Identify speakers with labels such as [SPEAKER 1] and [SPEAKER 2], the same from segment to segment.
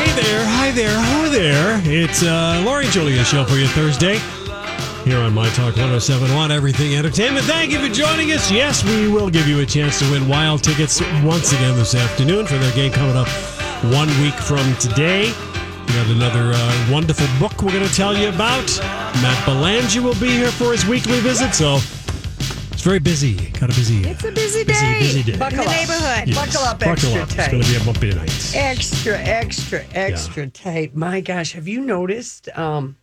[SPEAKER 1] Hey there, hi there, hi there. It's uh, Laurie and Julia show for you Thursday here on My Talk 1071 Everything Entertainment. Thank you for joining us. Yes, we will give you a chance to win wild tickets once again this afternoon for their game coming up one week from today. We got another uh, wonderful book we're going to tell you about. Matt Belanger will be here for his weekly visit, so it's very busy. Kind of busy.
[SPEAKER 2] It's a busy day,
[SPEAKER 1] Busy, busy day.
[SPEAKER 2] in the
[SPEAKER 3] Buckle up.
[SPEAKER 2] neighborhood.
[SPEAKER 1] Yes.
[SPEAKER 3] Buckle up,
[SPEAKER 1] Buckle
[SPEAKER 3] extra
[SPEAKER 1] up. It's
[SPEAKER 3] tight.
[SPEAKER 1] going to be a bumpy night.
[SPEAKER 3] extra extra extra tight my gosh have you noticed um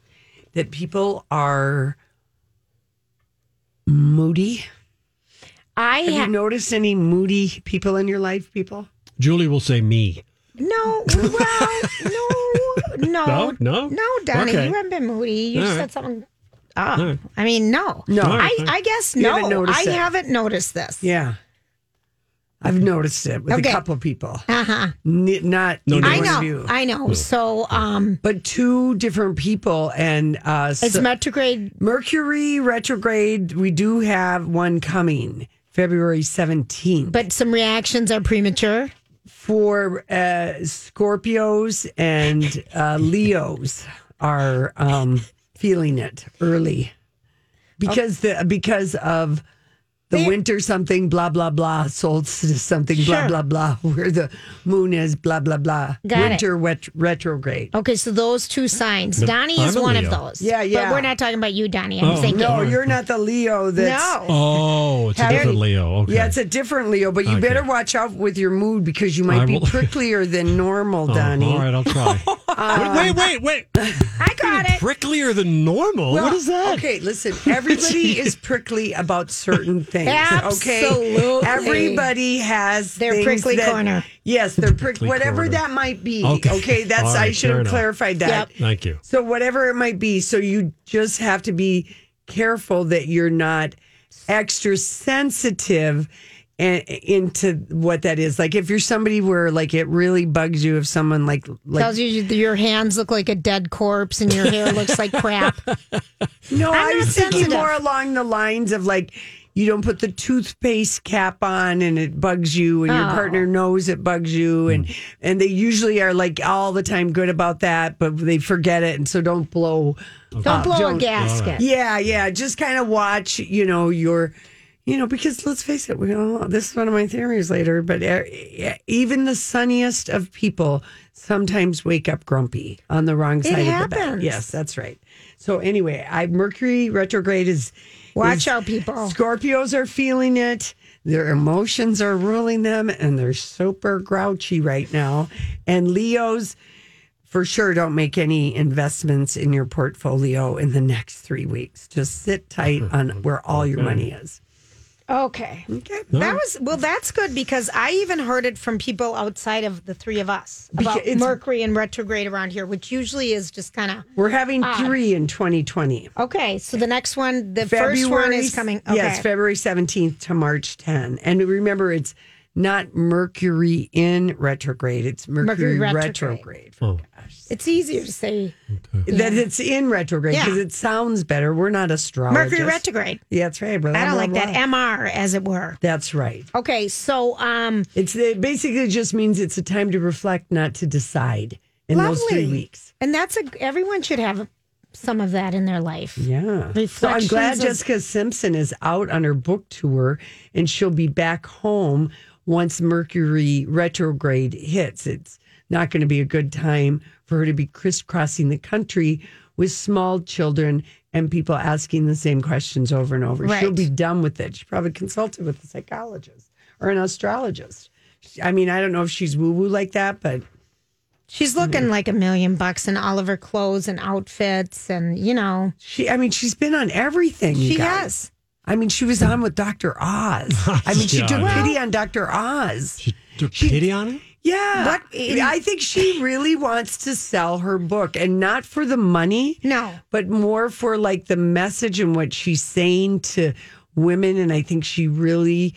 [SPEAKER 3] that people are moody
[SPEAKER 2] I
[SPEAKER 3] have
[SPEAKER 2] ha-
[SPEAKER 3] you noticed any moody people in your life people
[SPEAKER 1] Julie will say me.
[SPEAKER 2] no, well, no, no,
[SPEAKER 1] No? No?
[SPEAKER 2] no, Donnie,
[SPEAKER 1] Okay.
[SPEAKER 2] you haven't been moody. You
[SPEAKER 1] All
[SPEAKER 2] said
[SPEAKER 1] right.
[SPEAKER 2] something up.
[SPEAKER 1] All right.
[SPEAKER 2] I mean, no,
[SPEAKER 3] No. All
[SPEAKER 2] I,
[SPEAKER 1] right.
[SPEAKER 2] I guess
[SPEAKER 3] You
[SPEAKER 2] no.
[SPEAKER 3] haven't noticed
[SPEAKER 2] I
[SPEAKER 3] it.
[SPEAKER 2] haven't noticed this.
[SPEAKER 3] yeah i've noticed it with
[SPEAKER 2] Okay.
[SPEAKER 3] a couple people
[SPEAKER 2] Uh huh.
[SPEAKER 3] N- not
[SPEAKER 1] No,
[SPEAKER 3] either
[SPEAKER 1] no.
[SPEAKER 2] I
[SPEAKER 3] one of
[SPEAKER 2] know.
[SPEAKER 3] you.
[SPEAKER 2] I know. So, um,
[SPEAKER 3] but two different people and uh
[SPEAKER 2] it's
[SPEAKER 3] so-
[SPEAKER 2] retrograde.
[SPEAKER 3] mercury retrograde we do have one coming february 17th
[SPEAKER 2] But some reactions are premature.
[SPEAKER 3] for uh, Scorpios and uh, Leos are um, feeling it early because the because of the
[SPEAKER 2] They're-
[SPEAKER 3] winter something blah blah blah solstice something
[SPEAKER 2] Sure.
[SPEAKER 3] blah blah blah where the moon is blah blah blah
[SPEAKER 2] Got it.
[SPEAKER 3] winter wet- retrograde.
[SPEAKER 2] Okay, so those two signs.
[SPEAKER 1] But
[SPEAKER 2] Donnie
[SPEAKER 1] I'm
[SPEAKER 2] is
[SPEAKER 1] a
[SPEAKER 2] one of
[SPEAKER 1] Leo.
[SPEAKER 2] those.
[SPEAKER 3] Yeah, yeah.
[SPEAKER 2] But we're not talking about you, Donnie. I'm
[SPEAKER 1] Oh,
[SPEAKER 2] thinking.
[SPEAKER 3] No, you're not the Leo. That's
[SPEAKER 2] no.
[SPEAKER 1] Oh, it's a different Leo. Okay.
[SPEAKER 3] Yeah, it's a different Leo, but you
[SPEAKER 1] Okay.
[SPEAKER 3] better watch out with your mood because you might
[SPEAKER 1] I
[SPEAKER 3] be
[SPEAKER 1] will-
[SPEAKER 3] pricklier than normal,
[SPEAKER 1] Oh,
[SPEAKER 3] Donnie.
[SPEAKER 1] all right, I'll try. wait, wait, wait, wait.
[SPEAKER 2] I got it.
[SPEAKER 1] Pricklier than normal? Oh, what is that?
[SPEAKER 3] Okay, listen. Everybody is prickly about certain things.
[SPEAKER 2] Absolutely.
[SPEAKER 3] Okay, everybody has
[SPEAKER 2] Their
[SPEAKER 3] things
[SPEAKER 2] prickly
[SPEAKER 3] that-
[SPEAKER 2] corner.
[SPEAKER 3] Yes, their prick,
[SPEAKER 1] Prickly
[SPEAKER 3] whatever
[SPEAKER 1] corner.
[SPEAKER 3] that might be.
[SPEAKER 1] Okay.
[SPEAKER 3] Okay, that's
[SPEAKER 1] All
[SPEAKER 3] I
[SPEAKER 1] right,
[SPEAKER 3] should
[SPEAKER 1] fair
[SPEAKER 3] have
[SPEAKER 1] enough.
[SPEAKER 3] clarified
[SPEAKER 2] Yep.
[SPEAKER 3] that.
[SPEAKER 1] Thank you.
[SPEAKER 3] So whatever it might be, so you just have to be careful that you're not extra sensitive and into what that is. Like if you're somebody where like it really bugs you if someone like like
[SPEAKER 2] Tells you your hands look like a dead corpse and your hair looks like crap.
[SPEAKER 3] No,
[SPEAKER 2] I'm
[SPEAKER 3] i
[SPEAKER 2] not
[SPEAKER 3] was thinking
[SPEAKER 2] sensitive.
[SPEAKER 3] more along the lines of like you don't put the toothpaste cap on and it bugs you and your
[SPEAKER 2] Oh. Hmm.
[SPEAKER 3] partner knows it bugs you and and they usually are like all the time good about that but they forget it and so don't blow
[SPEAKER 2] Don't blow a
[SPEAKER 3] don't-
[SPEAKER 2] gasket.
[SPEAKER 3] yeah yeah just kind of watch you know your you know because let's face it we all this is one of my theories later but uh, even the sunniest of people sometimes wake up grumpy on the wrong side of the bed
[SPEAKER 2] happens.
[SPEAKER 3] yes that's right so anyway i mercury retrograde is
[SPEAKER 2] Watch
[SPEAKER 3] is-
[SPEAKER 2] out, people.
[SPEAKER 3] scorpios are feeling it their emotions are ruling them and they're super grouchy right now and leos for sure don't make any investments in your portfolio in the next three weeks. Just sit tight on where all your money is.
[SPEAKER 2] Okay.
[SPEAKER 3] Okay.
[SPEAKER 2] That was well. That's good because I even heard it from people outside of the three of us
[SPEAKER 3] Because
[SPEAKER 2] about
[SPEAKER 3] it's-
[SPEAKER 2] Mercury and retrograde around here, which usually is just kind of
[SPEAKER 3] We're having
[SPEAKER 2] Ah.
[SPEAKER 3] three in 2020.
[SPEAKER 2] okay. So the next one, the first one is coming. Okay.
[SPEAKER 3] Yes, February 17th to March 10. And remember, it's not Mercury in retrograde, it's Mercury,
[SPEAKER 2] Mercury retrograde.
[SPEAKER 3] retrograde.
[SPEAKER 1] Oh,
[SPEAKER 2] it's easier to say
[SPEAKER 3] That it's in retrograde because
[SPEAKER 2] Yeah.
[SPEAKER 3] it sounds better. We're not astrologists.
[SPEAKER 2] Mercury retrograde.
[SPEAKER 3] Yeah, that's right. blah,
[SPEAKER 2] I don't
[SPEAKER 3] blah,
[SPEAKER 2] like that
[SPEAKER 3] blah.
[SPEAKER 2] MR, as it were.
[SPEAKER 3] That's right.
[SPEAKER 2] Okay, so um,
[SPEAKER 3] It's it basically just means it's a time to reflect, not to decide in those three
[SPEAKER 2] Lovely.
[SPEAKER 3] weeks.
[SPEAKER 2] and that's a everyone should have some of that in their life.
[SPEAKER 3] Yeah. So I'm
[SPEAKER 2] Reflections
[SPEAKER 3] glad
[SPEAKER 2] of-
[SPEAKER 3] Jessica Simpson is out on her book tour and she'll be back home once Mercury retrograde hits. It's not going to be a good time for her to be crisscrossing the country with small children and people asking the same questions over and over. She'll
[SPEAKER 2] Right.
[SPEAKER 3] be done with it. She probably consulted with a psychologist or an astrologist. I mean, I don't know if she's woo woo like that, but
[SPEAKER 2] She's looking like a million bucks in all of her clothes and outfits, and you know
[SPEAKER 3] She, I mean, she's been on everything. you
[SPEAKER 2] she
[SPEAKER 3] guys.
[SPEAKER 2] has.
[SPEAKER 3] I mean, she was on with Dr. Oz. I mean, she
[SPEAKER 1] Yeah.
[SPEAKER 3] took pity on Dr. Oz.
[SPEAKER 1] She took pity on it?
[SPEAKER 3] Yeah.
[SPEAKER 2] What in-
[SPEAKER 3] I think she really wants to sell her book and not for the money,
[SPEAKER 2] No,
[SPEAKER 3] but more for like the message and what she's saying to women. And I think she really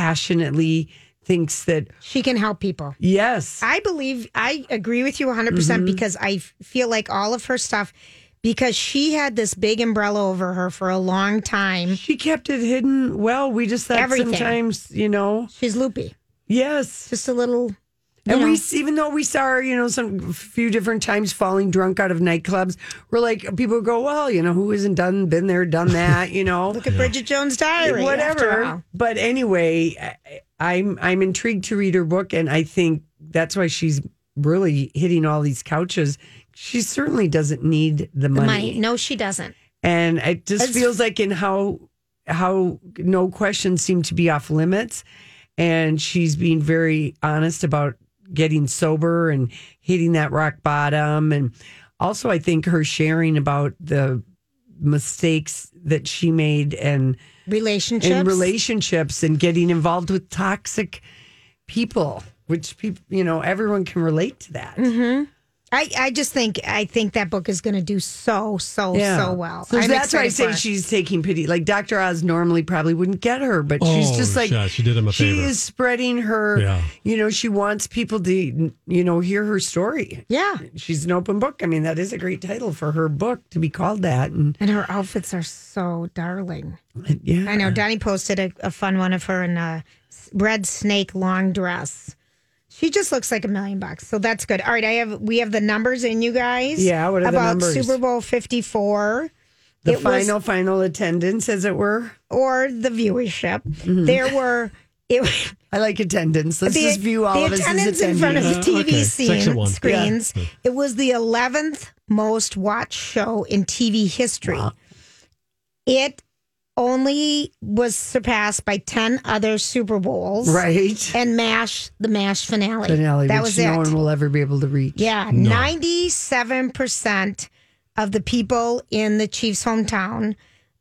[SPEAKER 3] passionately thinks that,
[SPEAKER 2] she can help people.
[SPEAKER 3] yes, Mm-hmm.
[SPEAKER 2] I believe I agree with you 100% percent because I f- feel like all of her stuff because she had this big umbrella over her for a long time.
[SPEAKER 3] she kept it hidden well. We just thought
[SPEAKER 2] Everything.
[SPEAKER 3] sometimes, you know,
[SPEAKER 2] She's loopy.
[SPEAKER 3] yes.
[SPEAKER 2] Just a little
[SPEAKER 3] And
[SPEAKER 2] you know.
[SPEAKER 3] we, s- even though we saw her, you know, some few different times falling drunk out of nightclubs, we're like, people go, well, you know, who hasn't done, been there, done that, you know,
[SPEAKER 2] look at Bridget Jones' diary. after all.
[SPEAKER 3] whatever. But anyway, I, I'm I'm intrigued to read her book, and I think that's why she's really hitting all these couches. She certainly doesn't need
[SPEAKER 2] The
[SPEAKER 3] the money,
[SPEAKER 2] money. No, she doesn't.
[SPEAKER 3] and it just
[SPEAKER 2] It's-
[SPEAKER 3] feels like in how how no questions seem to be off limits, and she's being very honest about getting sober and hitting that rock bottom, and also I think her sharing about the mistakes that she made and
[SPEAKER 2] Relationships.
[SPEAKER 3] in relationships and getting involved with toxic people, which people, you know, everyone can relate to that.
[SPEAKER 2] Mm-hmm. I, I just think I think that book is going to do so so Oh, so well.
[SPEAKER 3] So
[SPEAKER 2] I'm
[SPEAKER 3] that's why I
[SPEAKER 2] excited for
[SPEAKER 3] say
[SPEAKER 2] her.
[SPEAKER 3] she's taking pity. Like Dr. Oz normally probably wouldn't get her, but she's
[SPEAKER 1] Oh,
[SPEAKER 3] just like
[SPEAKER 1] yeah, she did him a
[SPEAKER 3] she
[SPEAKER 1] favor.
[SPEAKER 3] is spreading her.
[SPEAKER 1] Yeah.
[SPEAKER 3] You know, she wants people to you know hear her story.
[SPEAKER 2] Yeah,
[SPEAKER 3] She's an open book. I mean, that is a great title for her book to be called that. And
[SPEAKER 2] and her outfits are so darling.
[SPEAKER 3] yeah,
[SPEAKER 2] I know Donnie posted a, a fun one of her in a s- red snake long dress. She just looks like a million bucks, so that's good. All right, I have we have the numbers in you guys.
[SPEAKER 3] Yeah, what are the
[SPEAKER 2] about
[SPEAKER 3] numbers?
[SPEAKER 2] Super Bowl Fifty Four
[SPEAKER 3] the
[SPEAKER 2] it was-
[SPEAKER 3] final final attendance, as it were.
[SPEAKER 2] or the viewership? There were it.
[SPEAKER 3] Mm-hmm. I like attendance. Let's just view all
[SPEAKER 2] the
[SPEAKER 3] of us as
[SPEAKER 2] attendance in front of
[SPEAKER 3] attendees.
[SPEAKER 2] the TV
[SPEAKER 1] Uh, okay.
[SPEAKER 2] scene,
[SPEAKER 1] Section one.
[SPEAKER 2] screens. It was the 11th most watched show in TV history. It only was surpassed by 10 other Super Bowls.
[SPEAKER 3] Right.
[SPEAKER 2] And MASH, the MASH finale.
[SPEAKER 3] Finale,
[SPEAKER 2] that
[SPEAKER 3] which
[SPEAKER 2] was
[SPEAKER 3] no
[SPEAKER 2] it.
[SPEAKER 3] one will ever be able to reach.
[SPEAKER 2] Yeah, ninety-seven percent of the people in the Chiefs' hometown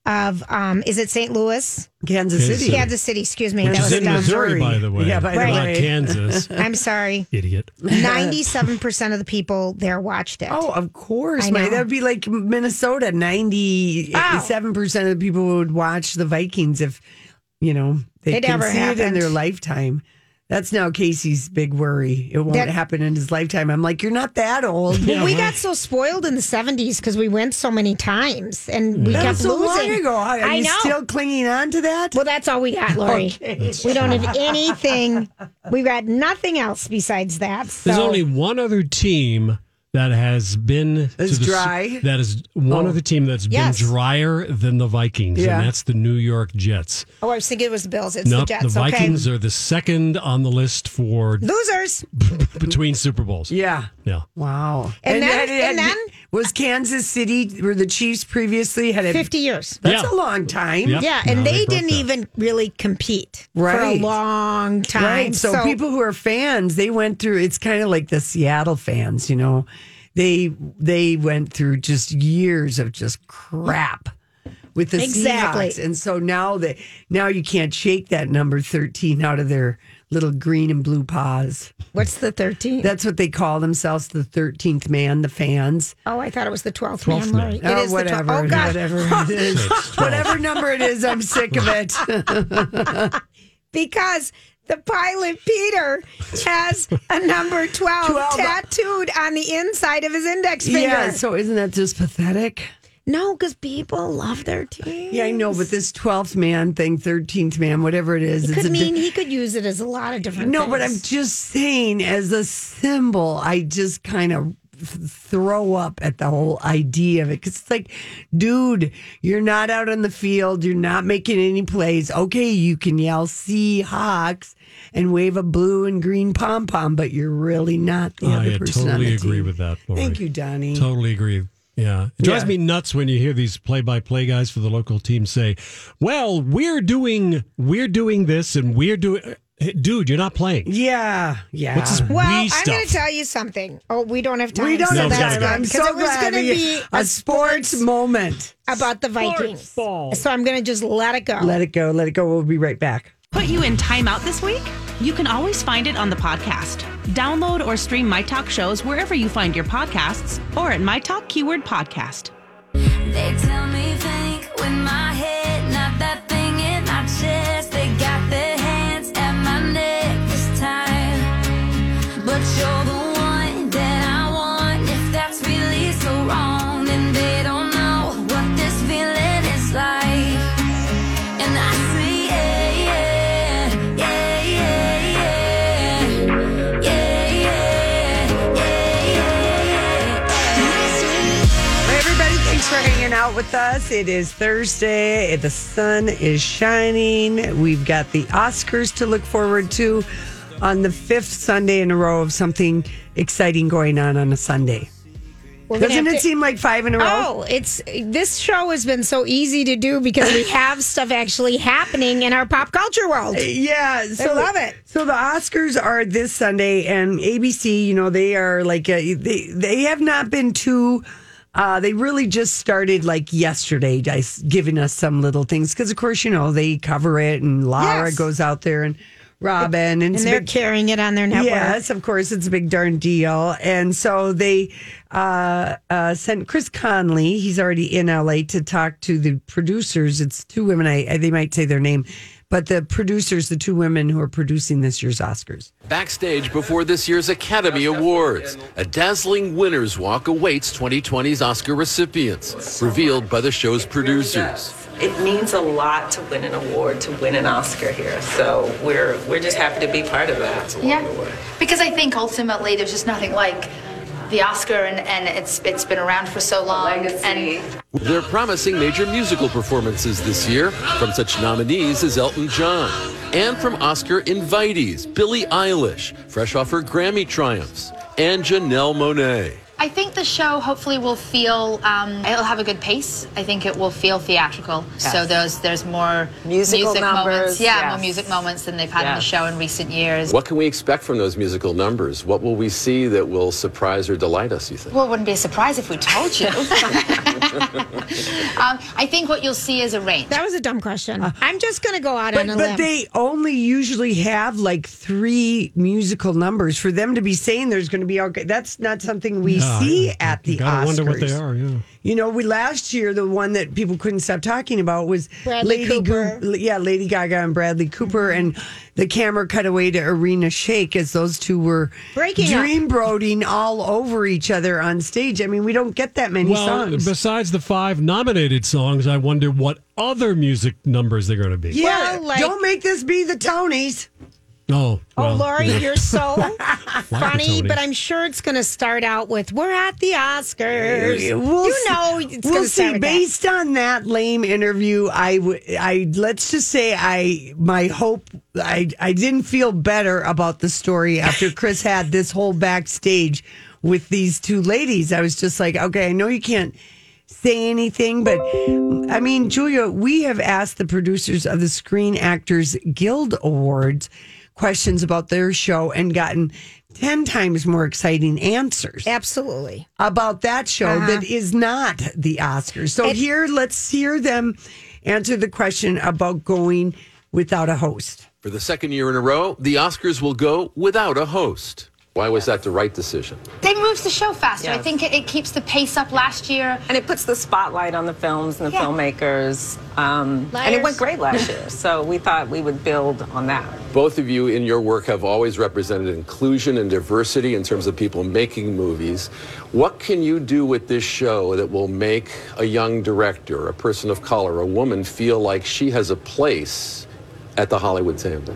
[SPEAKER 2] of um, is it St. Louis,
[SPEAKER 3] Kansas
[SPEAKER 1] Kansas
[SPEAKER 3] City.
[SPEAKER 1] City.
[SPEAKER 2] Kansas City? Excuse me,
[SPEAKER 1] Which
[SPEAKER 2] that
[SPEAKER 1] is
[SPEAKER 2] was
[SPEAKER 1] in
[SPEAKER 2] dumb.
[SPEAKER 1] Missouri,
[SPEAKER 3] Missouri.
[SPEAKER 1] by the way.
[SPEAKER 3] Yeah, by the
[SPEAKER 1] not
[SPEAKER 3] way.
[SPEAKER 1] Kansas.
[SPEAKER 2] I'm sorry.
[SPEAKER 1] Idiot.
[SPEAKER 2] 97% of the people there watched it.
[SPEAKER 3] Oh, of course.
[SPEAKER 2] I
[SPEAKER 3] My,
[SPEAKER 2] know.
[SPEAKER 3] that would be like Minnesota. 97% of the people would watch the Vikings if, you know, they
[SPEAKER 2] It
[SPEAKER 3] can
[SPEAKER 2] never
[SPEAKER 3] see it in their
[SPEAKER 2] happened.
[SPEAKER 3] lifetime. That's now Casey's big worry. It won't
[SPEAKER 2] That-
[SPEAKER 3] happen in his lifetime. I'm like, you're not that old.
[SPEAKER 2] Well, we got so spoiled in the 70s because we went so many times and we
[SPEAKER 3] that
[SPEAKER 2] kept
[SPEAKER 3] was so
[SPEAKER 2] losing.
[SPEAKER 3] long ago. Are
[SPEAKER 2] I
[SPEAKER 3] you
[SPEAKER 2] know.
[SPEAKER 3] still clinging on to that?
[SPEAKER 2] well, that's all we got, Lori. We don't have anything. We've got nothing else besides that. So
[SPEAKER 1] There's only one other team that has been to
[SPEAKER 3] Is
[SPEAKER 1] the-
[SPEAKER 3] dry? Oh.
[SPEAKER 1] That is one other team that's
[SPEAKER 2] Yes.
[SPEAKER 1] been drier than the Vikings,
[SPEAKER 3] Yeah.
[SPEAKER 1] and that's the New York Jets.
[SPEAKER 2] Oh, I was thinking it was the Bills. It's the
[SPEAKER 1] Nope,
[SPEAKER 2] Jets.
[SPEAKER 1] Vikings are the second on the list for
[SPEAKER 2] okay. Losers.
[SPEAKER 1] between Super Bowls.
[SPEAKER 3] yeah.
[SPEAKER 1] Yeah.
[SPEAKER 3] Wow.
[SPEAKER 2] And then- and then-
[SPEAKER 3] was Kansas City, where the Chiefs previously had a
[SPEAKER 2] 50 years.
[SPEAKER 3] That's
[SPEAKER 1] Yeah.
[SPEAKER 3] a long time.
[SPEAKER 1] Yep.
[SPEAKER 2] Yeah,
[SPEAKER 1] No,
[SPEAKER 2] and they,
[SPEAKER 1] broke
[SPEAKER 2] didn't
[SPEAKER 1] that.
[SPEAKER 2] even really compete for
[SPEAKER 3] Right.
[SPEAKER 2] a long time.
[SPEAKER 3] Right. So, people who are fans, they went through it's kind of like the Seattle fans, you know. They they went through just years of just crap with the
[SPEAKER 2] Exactly.
[SPEAKER 3] Seahawks. And so now that now you can't shake that number 13 out of their little green and blue paws.
[SPEAKER 2] What's the 13th?
[SPEAKER 3] That's what they call themselves, the 13th man, the fans.
[SPEAKER 2] oh, I thought it was the 12th,
[SPEAKER 1] 12th
[SPEAKER 2] man, Lori.
[SPEAKER 1] man.
[SPEAKER 2] It
[SPEAKER 3] Oh,
[SPEAKER 2] is
[SPEAKER 3] whatever.
[SPEAKER 2] the 12th. Oh, God.
[SPEAKER 3] Whatever it is. whatever number it is, I'm sick of it.
[SPEAKER 2] because the pilot Peter has a number 12,
[SPEAKER 3] 12.
[SPEAKER 2] tattooed on the inside of his index finger.
[SPEAKER 3] yeah. So isn't that just pathetic?
[SPEAKER 2] No, because people love their team.
[SPEAKER 3] Yeah, I know, but this 12th man thing, 13th man, whatever it is,
[SPEAKER 2] Could
[SPEAKER 3] a di-
[SPEAKER 2] mean he could use it as a lot of different
[SPEAKER 3] no, but I'm
[SPEAKER 2] things.
[SPEAKER 3] just saying, as a symbol, I just kind of throw up at the whole idea of it because it's like, dude, you're not out on the field, you're not making any plays. Okay, you can yell Seahawks and wave a blue and green pom pom, but you're really not the
[SPEAKER 1] I
[SPEAKER 3] other person. on
[SPEAKER 1] totally
[SPEAKER 3] the
[SPEAKER 1] agree
[SPEAKER 3] team.
[SPEAKER 1] with that. Lori.
[SPEAKER 3] Thank you, Donnie.
[SPEAKER 1] Totally agree. Yeah. It drives
[SPEAKER 3] Yeah.
[SPEAKER 1] me nuts when you hear these play-by-play guys for the local team say, "Well, we're doing we're doing this and we're doing Hey, dude, you're not playing.
[SPEAKER 3] Yeah, yeah.
[SPEAKER 1] What's this
[SPEAKER 2] Well,
[SPEAKER 1] wee
[SPEAKER 2] I'm
[SPEAKER 1] stuff?
[SPEAKER 2] going to tell you something. Oh, we don't have time.
[SPEAKER 3] we don't
[SPEAKER 2] so
[SPEAKER 3] have
[SPEAKER 1] No, we
[SPEAKER 2] that's
[SPEAKER 1] gotta
[SPEAKER 3] time.
[SPEAKER 1] go.
[SPEAKER 2] good,
[SPEAKER 3] I'm
[SPEAKER 2] 'cause
[SPEAKER 3] so
[SPEAKER 2] it was
[SPEAKER 3] glad
[SPEAKER 2] going to
[SPEAKER 3] we-
[SPEAKER 2] be
[SPEAKER 3] a sports moment.
[SPEAKER 2] about the Vikings. So I'm going to just let it go.
[SPEAKER 3] Let it go. Let it go. We'll be right back.
[SPEAKER 4] Put you in timeout this week? You can always find it on the podcast. Download or stream My Talk shows wherever you find your podcasts or at My Talk Keyword Podcast.
[SPEAKER 5] They tell me think with my head, not that thing in my chest. They got their hands at my neck this time. But you're the one that I want. If that's really so wrong, then they don't know what this feeling is like. And I say, yeah, yeah, yeah, yeah, yeah. Yeah, yeah, yeah, yeah, yeah.
[SPEAKER 3] Hey, everybody, thanks for hanging out with us. It is Thursday. The sun is shining. We've got the Oscars to look forward to on the fifth Sunday in a row of something exciting going on on a Sunday.
[SPEAKER 2] We're gonna
[SPEAKER 3] Doesn't
[SPEAKER 2] have
[SPEAKER 3] it
[SPEAKER 2] to-
[SPEAKER 3] seem like five in a row?
[SPEAKER 2] Oh, it's this show has been so easy to do because we have stuff actually happening in our pop culture world.
[SPEAKER 3] Uh, Yeah, so
[SPEAKER 2] love it.
[SPEAKER 3] So the Oscars are this Sunday, and ABC, you know, they are like uh they they have not been too. Uh, they really just started like yesterday, just giving us some little things because, of course, you know they cover it, and Laura
[SPEAKER 2] Yes.
[SPEAKER 3] goes out there, and Robin, and,
[SPEAKER 2] And
[SPEAKER 3] it's a
[SPEAKER 2] they're
[SPEAKER 3] big-
[SPEAKER 2] carrying it on their network.
[SPEAKER 3] Yes, of course, it's a big darn deal. And so they uh, uh, sent Chris Conley. He's already in LA to talk to the producers. It's two women. I, I they might say their name, but the producers, the two women who are producing this year's Oscars.
[SPEAKER 6] Backstage before this year's Academy Awards, a dazzling winner's walk awaits 2020's Oscar recipients, revealed by the show's producers.
[SPEAKER 7] It means a lot to win an award, to win an Oscar here. So we're we're just happy to be part of that.
[SPEAKER 8] Yeah, because I think ultimately there's just nothing like the Oscar, and, and it's it's been around for so long. And
[SPEAKER 6] They're promising major musical performances this year from such nominees as Elton John and from Oscar invitees Billie Eilish, fresh off her Grammy triumphs, and Janelle Monet.
[SPEAKER 8] I think the show hopefully will feel um, it'll have a good pace. I think it will feel theatrical. So there's there's more
[SPEAKER 7] Musical
[SPEAKER 8] music
[SPEAKER 7] numbers,
[SPEAKER 8] moments. Yeah,
[SPEAKER 7] yes.
[SPEAKER 8] more music moments than they've had in the
[SPEAKER 7] Yes.
[SPEAKER 8] show in recent years.
[SPEAKER 6] What can we expect from those musical numbers? What will we see that will surprise or delight us, you think?
[SPEAKER 8] Well, it wouldn't be a surprise if we told you. um, I think what you'll see is a range.
[SPEAKER 2] That was a dumb question. I'm just going to go out
[SPEAKER 3] Uh, But,
[SPEAKER 2] on a
[SPEAKER 3] but
[SPEAKER 2] limb.
[SPEAKER 3] they only usually have like three musical numbers for them to be saying there's going to be okay. That's not something we
[SPEAKER 1] Yeah,
[SPEAKER 3] see
[SPEAKER 1] yeah.
[SPEAKER 3] at the
[SPEAKER 1] You gotta
[SPEAKER 3] Oscars.
[SPEAKER 1] wonder what they are. Yeah.
[SPEAKER 3] You know, we last year the one that people couldn't stop talking about was
[SPEAKER 2] Bradley
[SPEAKER 3] Lady
[SPEAKER 2] Cooper.
[SPEAKER 3] Goo- yeah, Lady Gaga and Bradley Cooper, and the camera cut away to Arena Shake as those two were
[SPEAKER 2] Breaking up.
[SPEAKER 3] dream broding all over each other on stage. I mean, we don't get that many
[SPEAKER 1] well,
[SPEAKER 3] songs.
[SPEAKER 1] besides the five nominated songs, I wonder what other music numbers they're going to be.
[SPEAKER 3] yeah,
[SPEAKER 2] Well, like-
[SPEAKER 3] don't make this be the Tonys.
[SPEAKER 1] Oh,
[SPEAKER 2] Oh,
[SPEAKER 1] well,
[SPEAKER 2] Lori,
[SPEAKER 1] yeah.
[SPEAKER 2] you're so
[SPEAKER 1] Like the
[SPEAKER 2] funny,
[SPEAKER 1] Tonys.
[SPEAKER 2] but I'm sure it's going to start out with "We're at the Oscars."
[SPEAKER 3] We'll
[SPEAKER 2] you
[SPEAKER 3] see-
[SPEAKER 2] know, it's
[SPEAKER 3] we'll
[SPEAKER 2] gonna start
[SPEAKER 3] see.
[SPEAKER 2] with that.
[SPEAKER 3] Based on that lame interview, I would, I let's just say, I my hope, I I didn't feel better about the story after Chris had this whole backstage with these two ladies. I was just like, okay, I know you can't say anything, but I mean, Julia, we have asked the producers of the Screen Actors Guild Awards questions about their show and gotten. 10 times more exciting answers
[SPEAKER 2] Absolutely.
[SPEAKER 3] about that show
[SPEAKER 2] Uh-huh.
[SPEAKER 3] that is not the Oscars. So here, let's hear them answer the question about going without a host.
[SPEAKER 6] For the second year in a row, the Oscars will go without a host. Why was that the right decision?
[SPEAKER 8] They moves the show faster. I
[SPEAKER 7] Yes.
[SPEAKER 8] think it, it keeps the pace up. Last year,
[SPEAKER 7] And it puts the spotlight on the films and the
[SPEAKER 8] Yeah.
[SPEAKER 7] filmmakers. Um, and
[SPEAKER 2] Liars.
[SPEAKER 7] it went great last year. So we thought we would build on that.
[SPEAKER 6] Both of you in your work have always represented inclusion and diversity in terms of people making movies. What can you do with this show that will make a young director, a person of color, a woman feel like she has a place at the Hollywood table?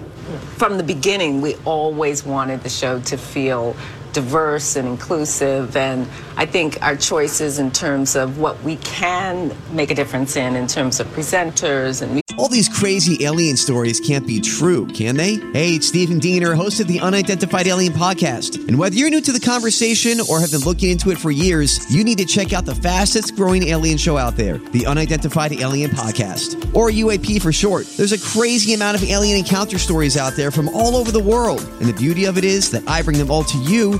[SPEAKER 7] From the beginning, we always wanted the show to feel diverse and inclusive. And I think our choices in terms of what we can make a difference in, in terms of presenters and
[SPEAKER 9] All these crazy alien stories can't be true, can they? Hey, it's Stephen Diener, host of the Unidentified Alien Podcast. And whether you're new to the conversation or have been looking into it for years, you need to check out the fastest growing alien show out there, the Unidentified Alien Podcast, or UAP for short. There's a crazy amount of alien encounter stories out there from all over the world. And the beauty of it is that I bring them all to you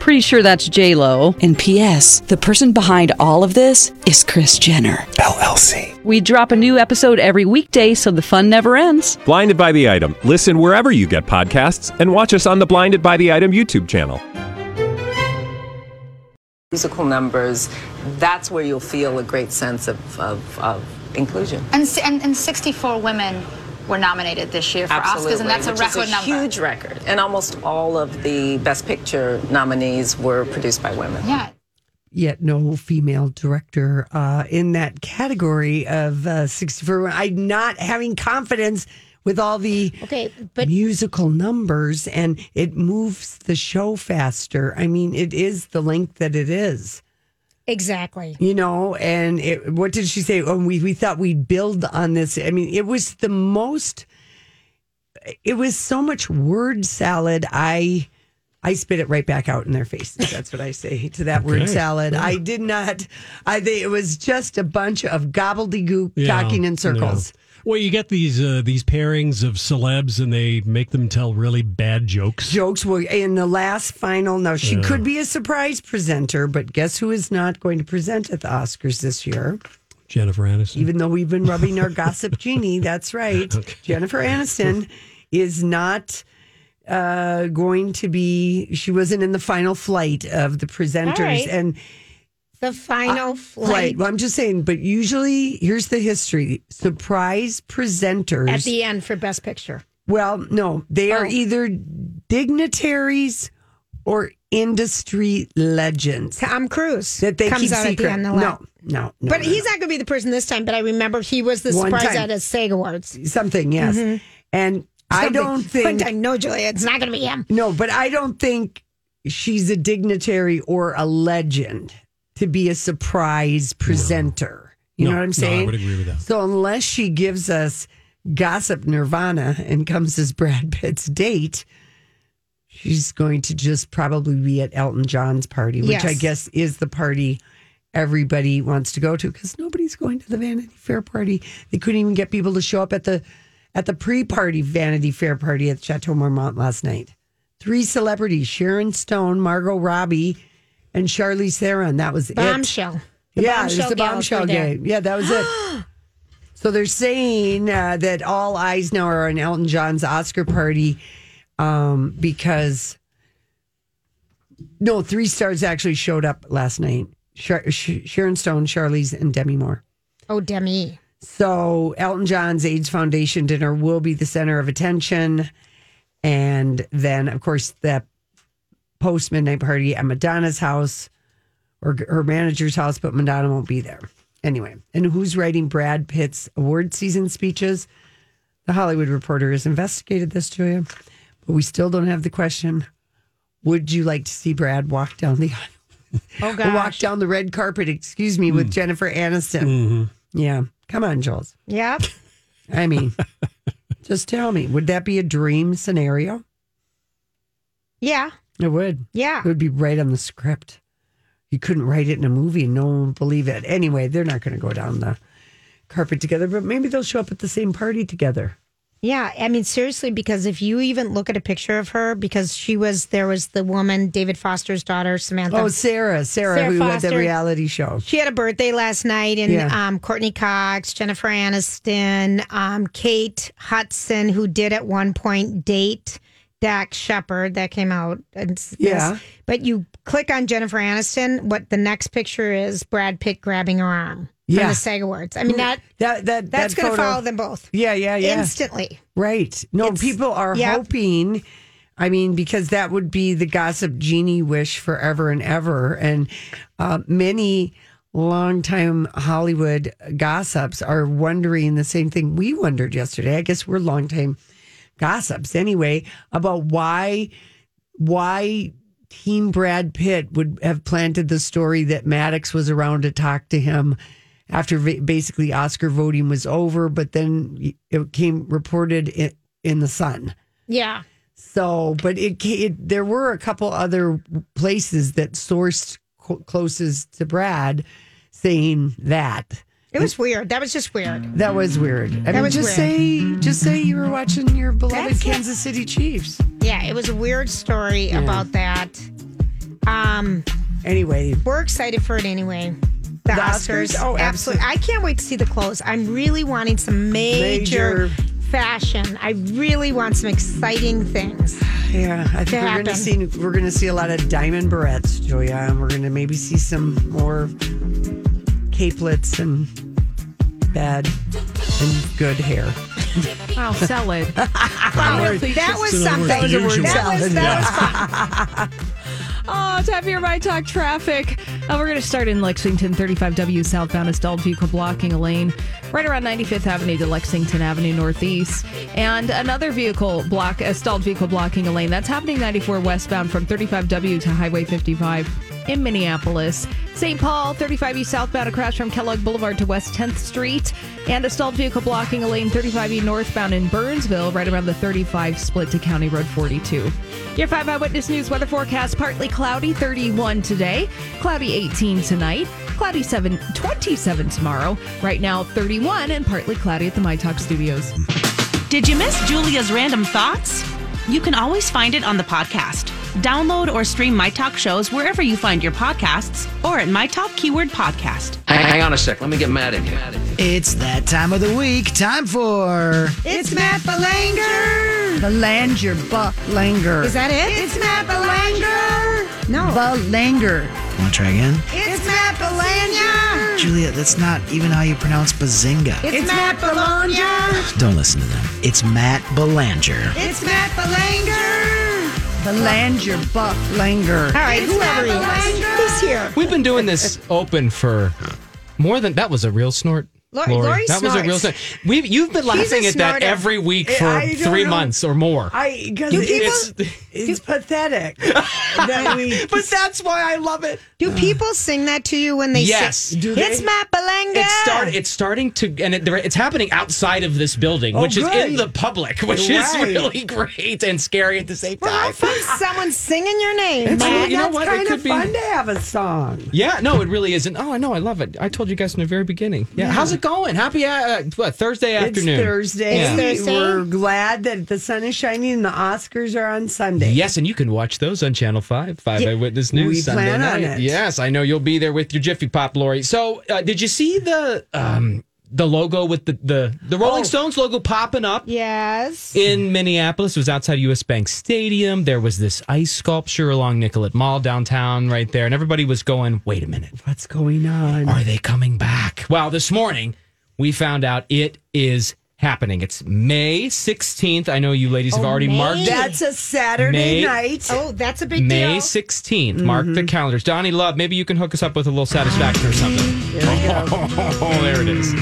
[SPEAKER 10] Pretty sure that's J Lo.
[SPEAKER 11] And P.S. The person behind all of this is Chris Jenner.
[SPEAKER 12] LLC.
[SPEAKER 10] We drop a new episode every weekday, so the fun never ends.
[SPEAKER 12] Blinded by the item. Listen wherever you get podcasts, and watch us on the Blinded by the Item YouTube channel.
[SPEAKER 7] musical numbers, that's where you'll feel a great sense of, of, of inclusion.
[SPEAKER 8] And, si- and, and 64 women were nominated this year for Oscars, and that's a
[SPEAKER 7] which
[SPEAKER 8] record
[SPEAKER 7] is a
[SPEAKER 8] number.
[SPEAKER 7] Huge record. And almost all of the Best Picture nominees were produced by women.
[SPEAKER 8] yeah.
[SPEAKER 3] yet no female director uh, in that category of uh, 64. I'm not having confidence with all the
[SPEAKER 2] Okay, but
[SPEAKER 3] musical numbers and it moves the show faster. I mean, it is the length that it is,
[SPEAKER 2] exactly.
[SPEAKER 3] you know. And it, what did she say? Oh, we, we thought we'd build on this. I mean, it was the most, it was so much word salad. I. I spit it right back out in their faces. That's what I say to that word
[SPEAKER 1] Okay.
[SPEAKER 3] salad. I did not. I think it was just a bunch of gobbledygook
[SPEAKER 1] Yeah,
[SPEAKER 3] talking in circles.
[SPEAKER 1] yeah. Well, you get these uh, these pairings of celebs, and they make them tell really bad jokes.
[SPEAKER 3] Jokes were in the last final. Now she could be a surprise presenter, but guess who is not going to present at the Oscars this year?
[SPEAKER 1] Jennifer Aniston.
[SPEAKER 3] Even though we've been rubbing our gossip genie, that's right. Jennifer Aniston is not uh, going to be. She wasn't in the final flight of the presenters,
[SPEAKER 2] right.
[SPEAKER 3] and
[SPEAKER 2] The final flight
[SPEAKER 3] Uh, Right. Well, I'm just saying, but usually here's the history surprise presenters.
[SPEAKER 2] at the end for Best Picture.
[SPEAKER 3] well, no, they are
[SPEAKER 2] Oh.
[SPEAKER 3] either dignitaries or industry legends
[SPEAKER 2] Tom Cruise
[SPEAKER 3] that they
[SPEAKER 2] comes
[SPEAKER 3] keep
[SPEAKER 2] out
[SPEAKER 3] secret.
[SPEAKER 2] at the end. Of the
[SPEAKER 3] no,
[SPEAKER 2] lap.
[SPEAKER 3] no, no.
[SPEAKER 2] but
[SPEAKER 3] no,
[SPEAKER 2] he's not going to be the person this time. But I remember he was the
[SPEAKER 3] One
[SPEAKER 2] surprise
[SPEAKER 3] time.
[SPEAKER 2] at his SAG Awards. Mm-hmm.
[SPEAKER 3] no. something, yes. And I
[SPEAKER 2] Something.
[SPEAKER 3] don't think,
[SPEAKER 2] One time, no, Julia, it's not going to be him.
[SPEAKER 3] no, but I don't think she's a dignitary or a legend to be a surprise presenter. You
[SPEAKER 1] No,
[SPEAKER 3] know what I'm
[SPEAKER 1] no,
[SPEAKER 3] saying?
[SPEAKER 1] I would agree with that.
[SPEAKER 3] So unless she gives us gossip nirvana and comes as Brad Pitt's date, she's going to just probably be at Elton John's party, which I
[SPEAKER 2] Yes.
[SPEAKER 3] guess is the party everybody wants to go to because nobody's going to the Vanity Fair party. They couldn't even get people to show up at the at the pre-party Vanity Fair party at Chateau Marmont last night. Three celebrities: Sharon Stone, Margot Robbie, and Charlize Theron. That was it
[SPEAKER 2] Bombshell. The
[SPEAKER 3] yeah, it's the
[SPEAKER 2] gals were
[SPEAKER 3] bombshell
[SPEAKER 2] there.
[SPEAKER 3] game. Yeah, that was it. so they're saying uh, that all eyes now are on Elton John's Oscar party um, because no, three stars actually showed up last night: Shar Sh- Sharon Stone, Charlize, and Demi Moore.
[SPEAKER 2] Oh, Demi.
[SPEAKER 3] So Elton John's AIDS Foundation dinner will be the center of attention, and then of course the post midnight party at Madonna's house or her manager's house, but Madonna won't be there anyway. And who's writing Brad Pitt's award season speeches? The Hollywood Reporter has investigated this, Julia, but we still don't have the question: Would you like to see Brad walk down the
[SPEAKER 2] Oh
[SPEAKER 3] walk
[SPEAKER 2] gosh.
[SPEAKER 3] down the red carpet? Excuse me, with Jennifer Aniston. Yeah, come on, Jules.
[SPEAKER 2] Yep.
[SPEAKER 3] I mean, just tell me, would that be a dream scenario?
[SPEAKER 2] Yeah.
[SPEAKER 3] It would.
[SPEAKER 2] Yeah.
[SPEAKER 3] It would be right on the script. You couldn't write it in a movie and no one would believe it. Anyway, they're not going to go down the carpet together, but maybe they'll show up at the same party together.
[SPEAKER 2] Yeah, I mean seriously, because if you even look at a picture of her, because she was there was the woman David Foster's daughter Samantha.
[SPEAKER 3] Oh, Sarah, Sarah,
[SPEAKER 2] Sarah
[SPEAKER 3] who had
[SPEAKER 2] Foster.
[SPEAKER 3] the reality show.
[SPEAKER 2] she had a birthday last night, and
[SPEAKER 3] Yeah.
[SPEAKER 2] um, Courtney Cox, Jennifer Aniston, um, Kate Hudson, who did at one point date Dak Shepard, that came out. And s- this.
[SPEAKER 3] Yeah.
[SPEAKER 2] but you click on Jennifer Aniston, what the next picture is Brad Pitt grabbing her arm. from
[SPEAKER 3] Yeah.
[SPEAKER 2] the SAG Awards. I mean that
[SPEAKER 3] that, that
[SPEAKER 2] that's
[SPEAKER 3] that
[SPEAKER 2] going to
[SPEAKER 3] photo-
[SPEAKER 2] follow them both
[SPEAKER 3] Yeah, yeah, yeah.
[SPEAKER 2] instantly.
[SPEAKER 3] Right. No, people are
[SPEAKER 2] yeah.
[SPEAKER 3] hoping. I mean, because that would be the gossip genie wish forever and ever. And uh, many longtime Hollywood gossips are wondering the same thing we wondered yesterday. I guess we're longtime gossips anyway about why why Team Brad Pitt would have planted the story that Maddox was around to talk to him after va- basically Oscar voting was over, but then it came reported in, in the Sun.
[SPEAKER 2] Yeah.
[SPEAKER 3] So, but it, ca- it there were a couple other places that sourced co- closest to Brad saying that.
[SPEAKER 2] It was weird. That was just weird.
[SPEAKER 3] That was weird. I
[SPEAKER 2] That
[SPEAKER 3] mean,
[SPEAKER 2] was
[SPEAKER 3] just
[SPEAKER 2] weird.
[SPEAKER 3] say just say you were watching your beloved
[SPEAKER 2] That's it.
[SPEAKER 3] Kansas City Chiefs.
[SPEAKER 2] Yeah, it was a weird story
[SPEAKER 3] Yeah.
[SPEAKER 2] about that. Um,
[SPEAKER 3] Anyway,
[SPEAKER 2] we're excited for it anyway. The,
[SPEAKER 3] The
[SPEAKER 2] Oscars.
[SPEAKER 3] Oscars? Oh,
[SPEAKER 2] absolutely. I can't wait to see the clothes. I'm really wanting some major,
[SPEAKER 3] Major.
[SPEAKER 2] fashion. I really want some exciting things.
[SPEAKER 3] Yeah, I
[SPEAKER 2] to
[SPEAKER 3] think we're
[SPEAKER 2] happen.
[SPEAKER 3] going to see we're going to see a lot of diamond barrettes, Julia, and we're going to maybe see some more capelets and bad and good hair.
[SPEAKER 13] Wow, salad.
[SPEAKER 2] that was something.
[SPEAKER 3] That was a word
[SPEAKER 2] That was,
[SPEAKER 3] salad,
[SPEAKER 2] that
[SPEAKER 3] yeah.
[SPEAKER 2] was fun.
[SPEAKER 14] Oh, it's time for your My Talk traffic. Uh, we're going to start in Lexington, 35W southbound is stalled vehicle blocking a lane right around 95th Avenue to Lexington Avenue Northeast. And another vehicle block, a stalled vehicle blocking a lane. That's happening 94 westbound from 35W to Highway 55 in Minneapolis. St. Paul, 35E southbound, a crash from Kellogg Boulevard to West 10th Street. And a stalled vehicle blocking a lane 35E northbound in Burnsville, right around the 35 split to County Road 42. Your 5 Eyewitness News weather forecast partly cloudy, 31 today, cloudy 18 tonight, cloudy 7, 27 tomorrow. Right now, 31 and partly cloudy at the My Talk studios.
[SPEAKER 4] Did you miss Julia's random thoughts? You can always find it on the podcast. Download or stream My Talk shows wherever you find your podcasts or at My Talk Keyword Podcast.
[SPEAKER 15] Hang, hang on a sec. Let me get mad at you.
[SPEAKER 16] It's that time of the week. Time for
[SPEAKER 2] It's Matt Belanger.
[SPEAKER 16] Belanger, Belanger.
[SPEAKER 2] Is that it? It's Matt Belanger. No.
[SPEAKER 16] Belanger. Want to try again?
[SPEAKER 2] It's Matt Belanger.
[SPEAKER 16] Julia, that's not even how you pronounce Bazinga.
[SPEAKER 2] It's, Matt Belanger.
[SPEAKER 16] Don't listen to them. It's Matt Belanger.
[SPEAKER 2] It's Matt Belanger.
[SPEAKER 3] Belanger, Belanger.
[SPEAKER 2] All right,
[SPEAKER 16] It's
[SPEAKER 2] whoever he is, he's here.
[SPEAKER 17] We've been doing this open for more than that was a real snort.
[SPEAKER 2] Lori- Lori
[SPEAKER 17] that was a real snort.
[SPEAKER 2] snorts.
[SPEAKER 17] We've you've been
[SPEAKER 2] He's a
[SPEAKER 17] laughing at that
[SPEAKER 2] snorter.
[SPEAKER 17] every week
[SPEAKER 3] I-
[SPEAKER 17] for
[SPEAKER 3] I don't
[SPEAKER 17] three
[SPEAKER 3] know.
[SPEAKER 17] months or more.
[SPEAKER 3] I because
[SPEAKER 17] Do
[SPEAKER 3] it's,
[SPEAKER 17] people-
[SPEAKER 3] it's pathetic that we Uh.
[SPEAKER 17] but that's why I love it.
[SPEAKER 2] Do people sing that to you when they
[SPEAKER 17] Yes.
[SPEAKER 2] sing?
[SPEAKER 17] Do
[SPEAKER 2] it's
[SPEAKER 17] they?
[SPEAKER 2] Matt Belanger.
[SPEAKER 17] It's start. It's starting to, and it, it's happening outside of this building,
[SPEAKER 3] Oh,
[SPEAKER 17] which is
[SPEAKER 3] good.
[SPEAKER 17] in the public, which is
[SPEAKER 3] Right.
[SPEAKER 17] really great and scary at the same
[SPEAKER 2] Well, how
[SPEAKER 17] time.
[SPEAKER 2] fun is someone singing your name.
[SPEAKER 17] It's-
[SPEAKER 2] Matt?
[SPEAKER 17] you know what? It
[SPEAKER 3] kind
[SPEAKER 17] could
[SPEAKER 3] of
[SPEAKER 17] be-
[SPEAKER 3] fun to have a song.
[SPEAKER 17] Yeah, no, it really isn't. Oh, I know, I love it. I told you guys from the very beginning. Yeah,
[SPEAKER 3] Yeah.
[SPEAKER 17] how's it going? Happy uh, what, Thursday afternoon.
[SPEAKER 3] It's Thursday.
[SPEAKER 17] Yeah.
[SPEAKER 3] We're glad that the sun is shining and the Oscars are on Sunday.
[SPEAKER 17] Yes, and you can watch those on Channel 5, 5
[SPEAKER 3] Yeah.
[SPEAKER 17] Eyewitness News
[SPEAKER 3] We
[SPEAKER 17] Sunday
[SPEAKER 3] plan on
[SPEAKER 17] night.
[SPEAKER 3] it.
[SPEAKER 17] Yes, I know you'll be there with your Jiffy Pop, Lori. So, uh, did you see the um, the logo with the, the, the
[SPEAKER 3] Oh.
[SPEAKER 17] Rolling Stones logo popping up?
[SPEAKER 2] Yes.
[SPEAKER 17] In Minneapolis, it was outside U.S. Bank Stadium. There was this ice sculpture along Nicollet Mall downtown, right there, and everybody was going, "Wait a minute,
[SPEAKER 3] What's going on?
[SPEAKER 17] are they coming back?" Well, this morning we found out it is happening. It's May sixteenth. I know you ladies have already marked
[SPEAKER 3] That's a Saturday
[SPEAKER 17] May-
[SPEAKER 3] night.
[SPEAKER 2] Oh, that's a big
[SPEAKER 17] May
[SPEAKER 2] deal.
[SPEAKER 17] 16th. Mark the calendars. Donnie Love, maybe you can hook us up with a little satisfaction or something. Oh, there it is.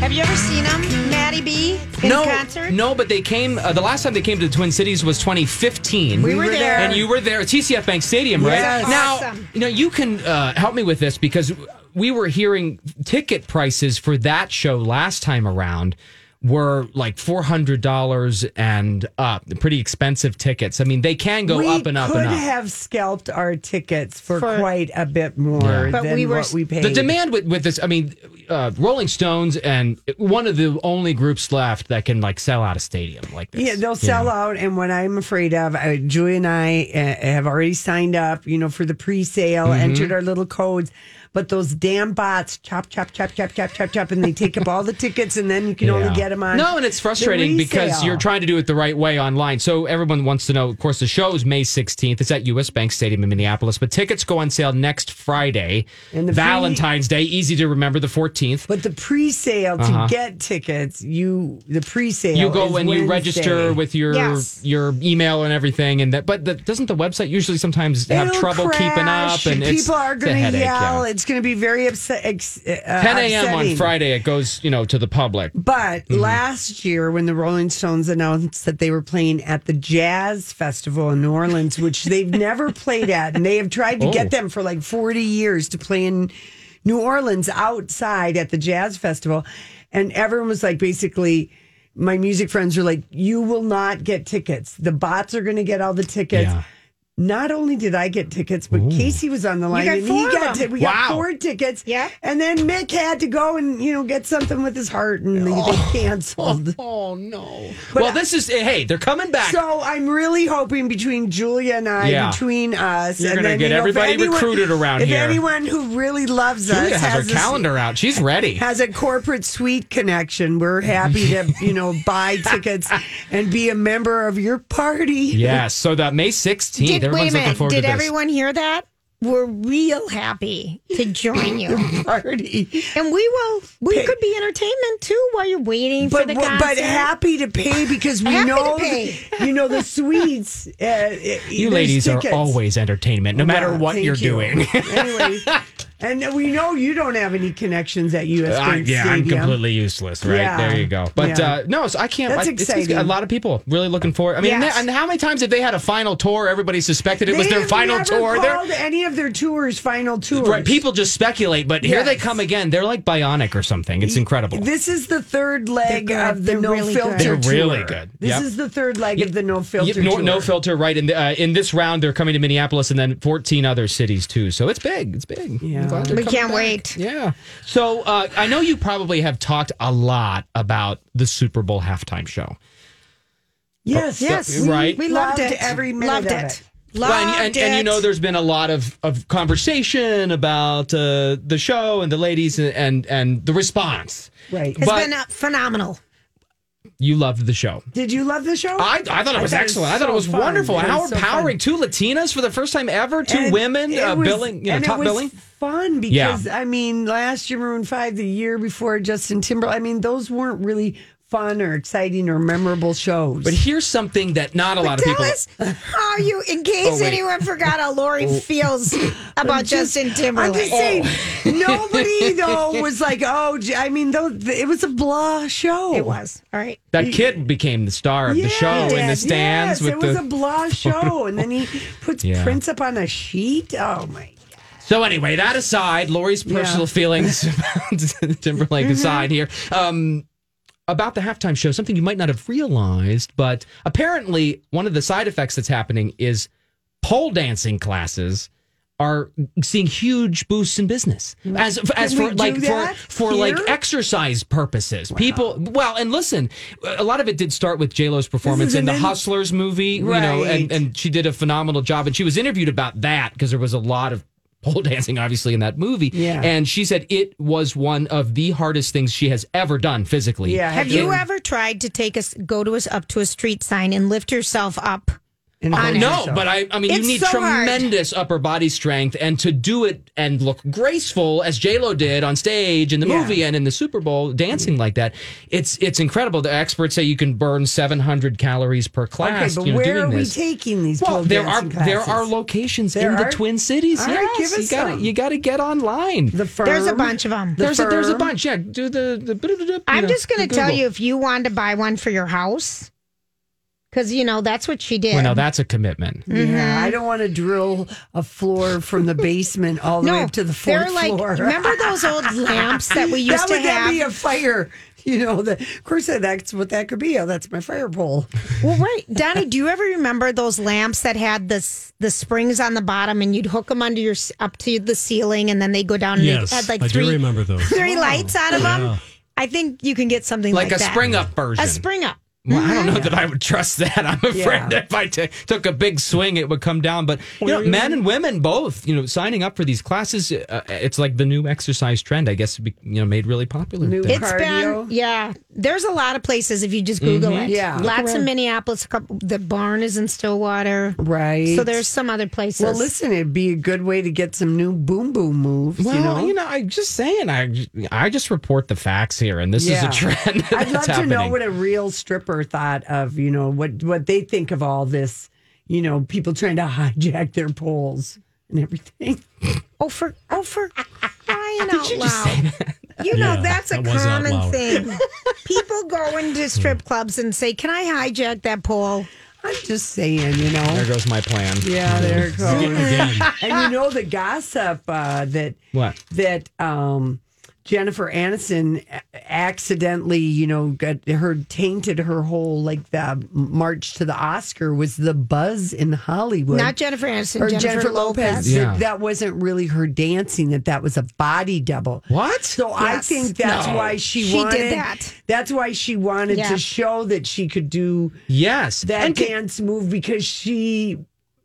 [SPEAKER 2] Have you ever seen him, Maddie B, in
[SPEAKER 17] no,
[SPEAKER 2] concert?
[SPEAKER 17] no, but they came. Uh, the last time they came to the Twin Cities was 2015.
[SPEAKER 2] We were there.
[SPEAKER 17] and you were there at TCF Bank Stadium, right?
[SPEAKER 2] Yes.
[SPEAKER 17] Now,
[SPEAKER 2] Awesome.
[SPEAKER 17] you know, you can uh, help me with this because we were hearing ticket prices for that show last time around were like four hundred dollars and up, pretty expensive tickets. I mean, they can go
[SPEAKER 3] we
[SPEAKER 17] up and up
[SPEAKER 3] could
[SPEAKER 17] and up.
[SPEAKER 3] have scalped our tickets for,
[SPEAKER 17] For-
[SPEAKER 3] quite a bit more
[SPEAKER 17] Yeah. But
[SPEAKER 3] than
[SPEAKER 17] we were-
[SPEAKER 3] what we paid.
[SPEAKER 17] The demand with, with this, I mean, uh, Rolling Stones and one of the only groups left that can like sell out a stadium like this.
[SPEAKER 3] Yeah, they'll sell out. And what I'm afraid of, I, uh, Julie and I uh, have already signed up, you know, for the pre sale,
[SPEAKER 17] Mhm.
[SPEAKER 3] entered our little codes. But those damn bots chop, chop, chop, chop, chop, chop, chop, and they take up all the tickets, and then you can only
[SPEAKER 17] Yeah.
[SPEAKER 3] get them on.
[SPEAKER 17] No, and it's
[SPEAKER 3] the
[SPEAKER 17] frustrating because
[SPEAKER 3] resale.
[SPEAKER 17] you're trying to do it the right way online. So everyone wants to know. Of course, the show is May 16th. It's at U.S. Bank Stadium in Minneapolis, but tickets go on sale next Friday,
[SPEAKER 3] And the free-
[SPEAKER 17] Valentine's Day. Easy to remember, the 14th.
[SPEAKER 3] But the pre-sale to
[SPEAKER 17] Uh-huh.
[SPEAKER 3] get tickets, you the pre-sale.
[SPEAKER 17] You go
[SPEAKER 3] is
[SPEAKER 17] and you
[SPEAKER 3] Wednesday.
[SPEAKER 17] register with your
[SPEAKER 3] Yes.
[SPEAKER 17] your email and everything, and that. But the, doesn't the website usually sometimes have
[SPEAKER 3] It'll
[SPEAKER 17] trouble keeping up?
[SPEAKER 3] crash,
[SPEAKER 17] And it's-
[SPEAKER 3] people are
[SPEAKER 17] it's a
[SPEAKER 3] going to
[SPEAKER 17] headache,
[SPEAKER 3] yell.
[SPEAKER 17] yeah.
[SPEAKER 3] It's going to be very upset. Ex- uh,
[SPEAKER 17] 10 a.m. on
[SPEAKER 3] upsetting.
[SPEAKER 17] Friday, it goes you know to the public.
[SPEAKER 3] But
[SPEAKER 2] Mm-hmm.
[SPEAKER 3] last year, when the Rolling Stones announced that they were playing at the Jazz Festival in New Orleans, which they've never played at, and they have tried to
[SPEAKER 17] Oh.
[SPEAKER 3] get them for like 40 years to play in New Orleans outside at the Jazz Festival. And everyone was like, basically, my music friends were like, you will not get tickets. The bots are going to get all the tickets.
[SPEAKER 17] Yeah.
[SPEAKER 3] Not only did I get tickets, but Casey was on the
[SPEAKER 2] You
[SPEAKER 3] line
[SPEAKER 2] got
[SPEAKER 3] and
[SPEAKER 2] four
[SPEAKER 3] he
[SPEAKER 2] of
[SPEAKER 3] got
[SPEAKER 2] them.
[SPEAKER 3] ti- we
[SPEAKER 2] Wow.
[SPEAKER 3] got four tickets. Yeah. And then Mick had to go and, you know, get something with his heart and they canceled.
[SPEAKER 17] Oh, no.
[SPEAKER 3] But
[SPEAKER 17] well, this is hey, they're coming back.
[SPEAKER 3] So I'm really hoping between Julia and I,
[SPEAKER 17] Yeah.
[SPEAKER 3] between us,
[SPEAKER 17] You're
[SPEAKER 3] and
[SPEAKER 17] gonna
[SPEAKER 3] then,
[SPEAKER 17] get
[SPEAKER 3] you know, if
[SPEAKER 17] everybody recruited around
[SPEAKER 3] if
[SPEAKER 17] here.
[SPEAKER 3] anyone who really loves us
[SPEAKER 17] Julia has, her
[SPEAKER 3] this-
[SPEAKER 17] calendar out. She's ready.
[SPEAKER 3] has a corporate suite connection. We're happy to, you know, buy tickets and be a member of your party.
[SPEAKER 17] Yes. So that May 16th,
[SPEAKER 2] Did,
[SPEAKER 17] everyone's
[SPEAKER 2] wait a
[SPEAKER 17] looking
[SPEAKER 2] minute.
[SPEAKER 17] forward
[SPEAKER 2] Did
[SPEAKER 17] to this.
[SPEAKER 2] everyone hear that? We're real happy to join you.
[SPEAKER 3] party.
[SPEAKER 2] And we will, we could be entertainment too while you're waiting for
[SPEAKER 3] But,
[SPEAKER 2] the
[SPEAKER 3] w-
[SPEAKER 2] concert.
[SPEAKER 3] but happy to pay because we
[SPEAKER 2] Happy to
[SPEAKER 3] know
[SPEAKER 2] pay.
[SPEAKER 3] you know the suites. Uh,
[SPEAKER 17] you ladies are always entertainment, no matter
[SPEAKER 3] Yeah,
[SPEAKER 17] what
[SPEAKER 3] thank
[SPEAKER 17] you're
[SPEAKER 3] you.
[SPEAKER 17] doing.
[SPEAKER 3] anyway, and we know you don't have any connections at U.S.
[SPEAKER 17] I-
[SPEAKER 3] Bank
[SPEAKER 17] Uh, yeah, I'm
[SPEAKER 3] Stadium.
[SPEAKER 17] completely useless, right?
[SPEAKER 3] Yeah.
[SPEAKER 17] There you go. But
[SPEAKER 3] Yeah.
[SPEAKER 17] uh, no, so I can't.
[SPEAKER 3] That's
[SPEAKER 17] I, it's- it's-
[SPEAKER 3] exciting.
[SPEAKER 17] a lot of people really looking forward. I mean,
[SPEAKER 3] Yes.
[SPEAKER 17] and how many times have they had a final tour? Everybody suspected it was
[SPEAKER 3] They
[SPEAKER 17] their
[SPEAKER 3] have
[SPEAKER 17] final
[SPEAKER 3] never
[SPEAKER 17] tour. They're-
[SPEAKER 3] Called any of their tours final tours?
[SPEAKER 17] Right, people just speculate, but here they
[SPEAKER 3] Yes.
[SPEAKER 17] come again. They're like bionic or something. It's incredible.
[SPEAKER 3] This is the third leg
[SPEAKER 17] good.
[SPEAKER 3] of the
[SPEAKER 17] They're
[SPEAKER 3] no
[SPEAKER 17] really good.
[SPEAKER 3] filter.
[SPEAKER 17] They're
[SPEAKER 3] tour.
[SPEAKER 17] really good.
[SPEAKER 3] This
[SPEAKER 17] Yep.
[SPEAKER 3] is the third leg of the no filter.
[SPEAKER 17] Yep, no,
[SPEAKER 3] tour.
[SPEAKER 17] no filter, right? In, the, uh, in this round, they're coming to Minneapolis and then 14 other cities too. So it's big. It's big. I'm glad they're
[SPEAKER 2] We
[SPEAKER 17] coming
[SPEAKER 2] can't
[SPEAKER 17] back.
[SPEAKER 2] wait.
[SPEAKER 17] Yeah. So uh, I know you probably have talked a lot about the Super Bowl halftime show.
[SPEAKER 3] Yes,
[SPEAKER 2] Yes.
[SPEAKER 17] we- Right.
[SPEAKER 2] We loved,
[SPEAKER 3] Loved
[SPEAKER 2] it.
[SPEAKER 3] every minute
[SPEAKER 2] Loved
[SPEAKER 3] of
[SPEAKER 2] it.
[SPEAKER 3] it.
[SPEAKER 2] Loved
[SPEAKER 17] and, and,
[SPEAKER 2] it.
[SPEAKER 17] and you know, there's been a lot of, of conversation about uh, the show and the ladies and, and, and the response.
[SPEAKER 3] Right.
[SPEAKER 2] It's
[SPEAKER 17] but
[SPEAKER 2] been uh, phenomenal.
[SPEAKER 17] you loved the show.
[SPEAKER 3] Did you love the show?
[SPEAKER 17] I, I thought it was excellent. I thought it was
[SPEAKER 3] so fun.
[SPEAKER 17] wonderful.
[SPEAKER 3] It was
[SPEAKER 17] Howard
[SPEAKER 3] so fun.
[SPEAKER 17] powering two Latinas for the first time ever, two
[SPEAKER 3] And
[SPEAKER 17] women
[SPEAKER 3] it
[SPEAKER 17] uh,
[SPEAKER 3] was-
[SPEAKER 17] billing, you know,
[SPEAKER 3] and
[SPEAKER 17] top
[SPEAKER 3] it was
[SPEAKER 17] billing.
[SPEAKER 3] Fun because I mean, last year Maroon Five, the year before Justin Timberlake. I mean, those weren't really fun or exciting or memorable shows.
[SPEAKER 17] But here's something that not a lot of
[SPEAKER 2] Tell
[SPEAKER 17] people.
[SPEAKER 2] us how you, in case
[SPEAKER 17] wait.
[SPEAKER 2] anyone forgot how Lori feels about Justin Timberlake. Oh.
[SPEAKER 3] I'm just saying, nobody though was like, oh, j- I mean, though it was a blah show.
[SPEAKER 2] It was. All right.
[SPEAKER 17] That kid became the star of the
[SPEAKER 3] Yeah,
[SPEAKER 17] show in the
[SPEAKER 3] Dad,
[SPEAKER 17] stands
[SPEAKER 3] yes,
[SPEAKER 17] with
[SPEAKER 3] it was
[SPEAKER 17] the.
[SPEAKER 3] a blah show, and then he puts
[SPEAKER 17] Yeah.
[SPEAKER 3] prints up on a sheet. Oh my!
[SPEAKER 17] so anyway, that aside, Lori's personal feelings about Timberlake
[SPEAKER 3] Mm-hmm.
[SPEAKER 17] aside here. Um, about the halftime show, something you might not have realized, but apparently one of the side effects that's happening is pole dancing classes are seeing huge boosts in business as as
[SPEAKER 3] Can we
[SPEAKER 17] for like
[SPEAKER 3] do
[SPEAKER 17] for
[SPEAKER 3] that
[SPEAKER 17] for like
[SPEAKER 3] here?
[SPEAKER 17] exercise purposes. People, well, and listen, a lot of it did start with J Lo's performance in
[SPEAKER 3] an
[SPEAKER 17] the
[SPEAKER 3] in-
[SPEAKER 17] Hustlers movie, you know, and,
[SPEAKER 3] Right.
[SPEAKER 17] and she did a phenomenal job. And she was interviewed about that because there was a lot of pole dancing, obviously, in that movie.
[SPEAKER 3] Yeah.
[SPEAKER 17] And she said it was one of the hardest things she has ever done physically.
[SPEAKER 3] Yeah.
[SPEAKER 2] Have
[SPEAKER 17] It-
[SPEAKER 2] you ever tried to take us go to us up to a street sign and lift yourself up?
[SPEAKER 3] And
[SPEAKER 2] on it?
[SPEAKER 17] No, but I, I mean,
[SPEAKER 2] It's
[SPEAKER 17] you need
[SPEAKER 2] so hard.
[SPEAKER 17] tremendous upper body strength, and to do it and look graceful as J Lo did on stage in the
[SPEAKER 3] Yeah.
[SPEAKER 17] movie and in the Super Bowl, dancing like that, it's it's incredible. The experts say you can burn 700 calories per
[SPEAKER 3] Okay,
[SPEAKER 17] class.
[SPEAKER 3] but
[SPEAKER 17] you know,
[SPEAKER 3] where
[SPEAKER 17] doing
[SPEAKER 3] are we
[SPEAKER 17] this.
[SPEAKER 3] taking these?
[SPEAKER 17] Well,
[SPEAKER 3] pole
[SPEAKER 17] there are
[SPEAKER 3] dancing
[SPEAKER 17] there
[SPEAKER 3] classes?
[SPEAKER 17] are locations
[SPEAKER 3] There
[SPEAKER 17] in the
[SPEAKER 3] are?
[SPEAKER 17] Twin Cities.
[SPEAKER 3] All right,
[SPEAKER 17] yes,
[SPEAKER 3] give us
[SPEAKER 17] you got
[SPEAKER 3] some.
[SPEAKER 17] to you got to get online.
[SPEAKER 3] The firm.
[SPEAKER 2] There's a bunch of them.
[SPEAKER 3] The
[SPEAKER 17] there's a, there's a
[SPEAKER 3] firm.
[SPEAKER 17] bunch. Yeah, do the the. you
[SPEAKER 2] I'm
[SPEAKER 17] know,
[SPEAKER 2] just going to
[SPEAKER 17] the
[SPEAKER 2] tell
[SPEAKER 17] Google.
[SPEAKER 2] you if you wanted to buy one for your house, because you know that's what she did.
[SPEAKER 17] Well, now that's a commitment.
[SPEAKER 2] Mm-hmm.
[SPEAKER 3] Yeah, I don't want to drill a floor from the basement all the way up to the fourth
[SPEAKER 2] they're like
[SPEAKER 3] floor.
[SPEAKER 2] remember those old lamps that we used
[SPEAKER 3] that
[SPEAKER 2] to
[SPEAKER 3] would
[SPEAKER 2] have?
[SPEAKER 3] that be a fire? You know, the, of course that's what that could be. Oh, that's my fire pole.
[SPEAKER 2] well, right, Donnie. Do you ever remember those lamps that had the s- the springs on the bottom, and you'd hook them under your s- up to the ceiling, and then they go down and
[SPEAKER 1] Yes,
[SPEAKER 2] they had like
[SPEAKER 1] I do
[SPEAKER 2] three
[SPEAKER 1] remember those.
[SPEAKER 2] three lights out of
[SPEAKER 1] Yeah.
[SPEAKER 2] them. I think you can get something
[SPEAKER 17] Like
[SPEAKER 2] like,
[SPEAKER 17] a
[SPEAKER 2] that.
[SPEAKER 17] spring up version.
[SPEAKER 2] A spring up.
[SPEAKER 17] Well, I
[SPEAKER 2] Mm-hmm.
[SPEAKER 17] don't know that I would trust that. I'm afraid
[SPEAKER 3] Yeah.
[SPEAKER 17] if I ta- took a big swing, it would come down. But you know, men and women both, you know, signing up for these classes, uh, it's like the new exercise trend. I guess be, you know made really popular.
[SPEAKER 3] New
[SPEAKER 17] today.
[SPEAKER 2] It's been yeah. There's a lot of places if you just Google
[SPEAKER 17] Mhm.
[SPEAKER 2] it.
[SPEAKER 17] Yeah.
[SPEAKER 2] lots
[SPEAKER 3] Look around.
[SPEAKER 2] in Minneapolis. A couple, the barn is in Stillwater.
[SPEAKER 3] Right.
[SPEAKER 2] So there's some other places.
[SPEAKER 3] Well, listen, it'd be a good way to get some new boom boom moves.
[SPEAKER 17] Well,
[SPEAKER 3] you know,
[SPEAKER 17] I'm just saying. I I just report the facts here, and this is
[SPEAKER 3] Yeah.
[SPEAKER 17] a trend. That's
[SPEAKER 3] I'd love
[SPEAKER 17] happening.
[SPEAKER 3] to know what a real stripper thought of, you know, what what they think of all this, you know, people trying to hijack their poles and everything.
[SPEAKER 2] Oh, for oh for crying out loud! You know
[SPEAKER 3] Yeah,
[SPEAKER 2] that's a
[SPEAKER 3] that was out
[SPEAKER 2] common
[SPEAKER 3] loud.
[SPEAKER 2] thing. People go into strip clubs and say, "Can I hijack that pole?"
[SPEAKER 3] I'm just saying, you know.
[SPEAKER 17] There goes my plan.
[SPEAKER 3] Yeah, there it goes.
[SPEAKER 17] Again.
[SPEAKER 3] and you know the gossip uh, that
[SPEAKER 17] What?
[SPEAKER 3] that um, Jennifer Aniston accidentally, you know, got her tainted her whole like the march to the Oscar was the buzz in Hollywood.
[SPEAKER 2] Not Jennifer Aniston,
[SPEAKER 3] or
[SPEAKER 2] Jennifer
[SPEAKER 3] Jennifer, Lopez.
[SPEAKER 2] Lopez.
[SPEAKER 3] That-
[SPEAKER 2] Yeah.
[SPEAKER 3] That, wasn't really her dancing. That that was a body double.
[SPEAKER 17] What?
[SPEAKER 3] So I
[SPEAKER 2] Yes.
[SPEAKER 3] think that's
[SPEAKER 2] No.
[SPEAKER 3] why she,
[SPEAKER 2] She did
[SPEAKER 3] wanted.
[SPEAKER 2] that.
[SPEAKER 3] That's why she wanted
[SPEAKER 2] Yeah.
[SPEAKER 3] to show that she could do
[SPEAKER 17] Yes,
[SPEAKER 3] that
[SPEAKER 17] And can-
[SPEAKER 3] dance move because she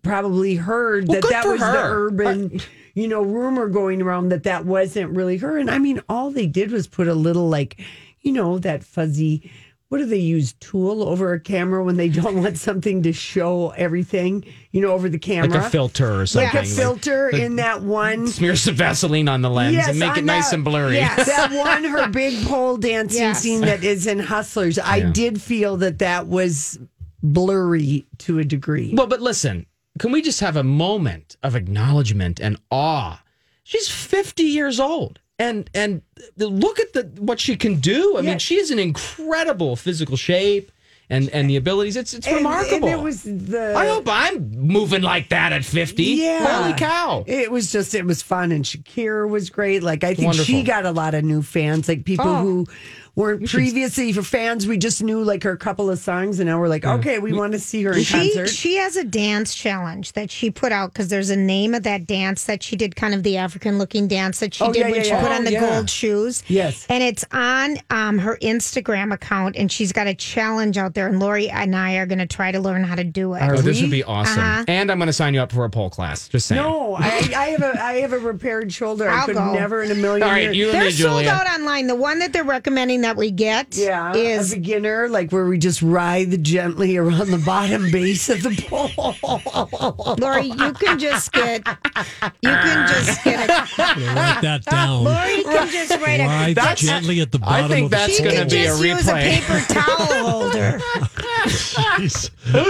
[SPEAKER 3] probably heard
[SPEAKER 17] Well,
[SPEAKER 3] that
[SPEAKER 17] good
[SPEAKER 3] that
[SPEAKER 17] for
[SPEAKER 3] was the
[SPEAKER 17] her. Uh,
[SPEAKER 3] urban, you know, rumor going around that that wasn't really her. And I mean, all they did was put a little like, you know, that fuzzy. What do they use? Tool over a camera when they don't want something to show everything, you know, over the camera.
[SPEAKER 17] like a filter or something.
[SPEAKER 3] Like a
[SPEAKER 17] like-
[SPEAKER 3] filter
[SPEAKER 17] like
[SPEAKER 3] in that one.
[SPEAKER 17] Smear some Vaseline on the lens and make
[SPEAKER 3] on
[SPEAKER 17] it nice
[SPEAKER 3] that-
[SPEAKER 17] and blurry.
[SPEAKER 3] Yes, that one, her big pole dancing
[SPEAKER 2] Yes.
[SPEAKER 3] scene that is in Hustlers. I
[SPEAKER 17] Yeah.
[SPEAKER 3] did feel that that was blurry to a degree.
[SPEAKER 17] Well, but listen, can we just have a moment of acknowledgement and awe? She's 50 years old. And and the- look at the what she can do. I mean,
[SPEAKER 3] Yes.
[SPEAKER 17] she's in incredible physical shape and and the abilities. It's it's
[SPEAKER 3] And-
[SPEAKER 17] remarkable.
[SPEAKER 3] And it was the.
[SPEAKER 17] I hope I'm moving like that at 50.
[SPEAKER 3] Yeah.
[SPEAKER 17] Holy cow.
[SPEAKER 3] It was just, it was fun. And Shakira was great. Like, I think
[SPEAKER 17] Wonderful.
[SPEAKER 3] she got a lot of new fans, like people
[SPEAKER 17] Oh.
[SPEAKER 3] who weren't
[SPEAKER 17] We should-
[SPEAKER 3] previously for fans. We just knew like her couple of songs. And now we're like, okay, we, want to see her in
[SPEAKER 2] She,
[SPEAKER 3] concert.
[SPEAKER 2] she has a dance challenge that she put out because there's a name of that dance that she did, kind of the African looking dance that she
[SPEAKER 3] Oh,
[SPEAKER 2] did
[SPEAKER 3] yeah,
[SPEAKER 2] when
[SPEAKER 3] yeah,
[SPEAKER 2] she
[SPEAKER 3] yeah.
[SPEAKER 2] put
[SPEAKER 3] Oh,
[SPEAKER 2] on the
[SPEAKER 3] yeah.
[SPEAKER 2] gold shoes.
[SPEAKER 3] Yes.
[SPEAKER 2] And it's on um, her Instagram account, and she's got a challenge out there. And Lori and I are going to try to learn how to do it.
[SPEAKER 17] Oh, this would be awesome.
[SPEAKER 2] Uh-huh.
[SPEAKER 17] And I'm going to sign you up for a pole class. Just saying.
[SPEAKER 3] No, I, I have a I have a repaired shoulder. I
[SPEAKER 2] I'll
[SPEAKER 3] could
[SPEAKER 2] go.
[SPEAKER 3] never in a million
[SPEAKER 17] All right,
[SPEAKER 3] years.
[SPEAKER 17] you and
[SPEAKER 2] They're
[SPEAKER 17] me,
[SPEAKER 2] sold
[SPEAKER 17] Julia.
[SPEAKER 2] out online. The one that they're recommending that we get
[SPEAKER 3] Yeah,
[SPEAKER 2] is
[SPEAKER 3] a beginner, like where we just writhe gently around the bottom base of the pole.
[SPEAKER 2] Lori. You can just get. You can just get. A,
[SPEAKER 1] Write that
[SPEAKER 17] Ah,
[SPEAKER 1] down.
[SPEAKER 2] Lori can just write a.
[SPEAKER 1] Write
[SPEAKER 2] that's-
[SPEAKER 1] gently at the
[SPEAKER 17] I
[SPEAKER 1] bottom
[SPEAKER 17] think
[SPEAKER 1] of the
[SPEAKER 17] that's
[SPEAKER 2] she
[SPEAKER 1] pole.
[SPEAKER 2] can
[SPEAKER 17] gonna be a
[SPEAKER 2] just use a
[SPEAKER 17] replay.
[SPEAKER 2] paper towel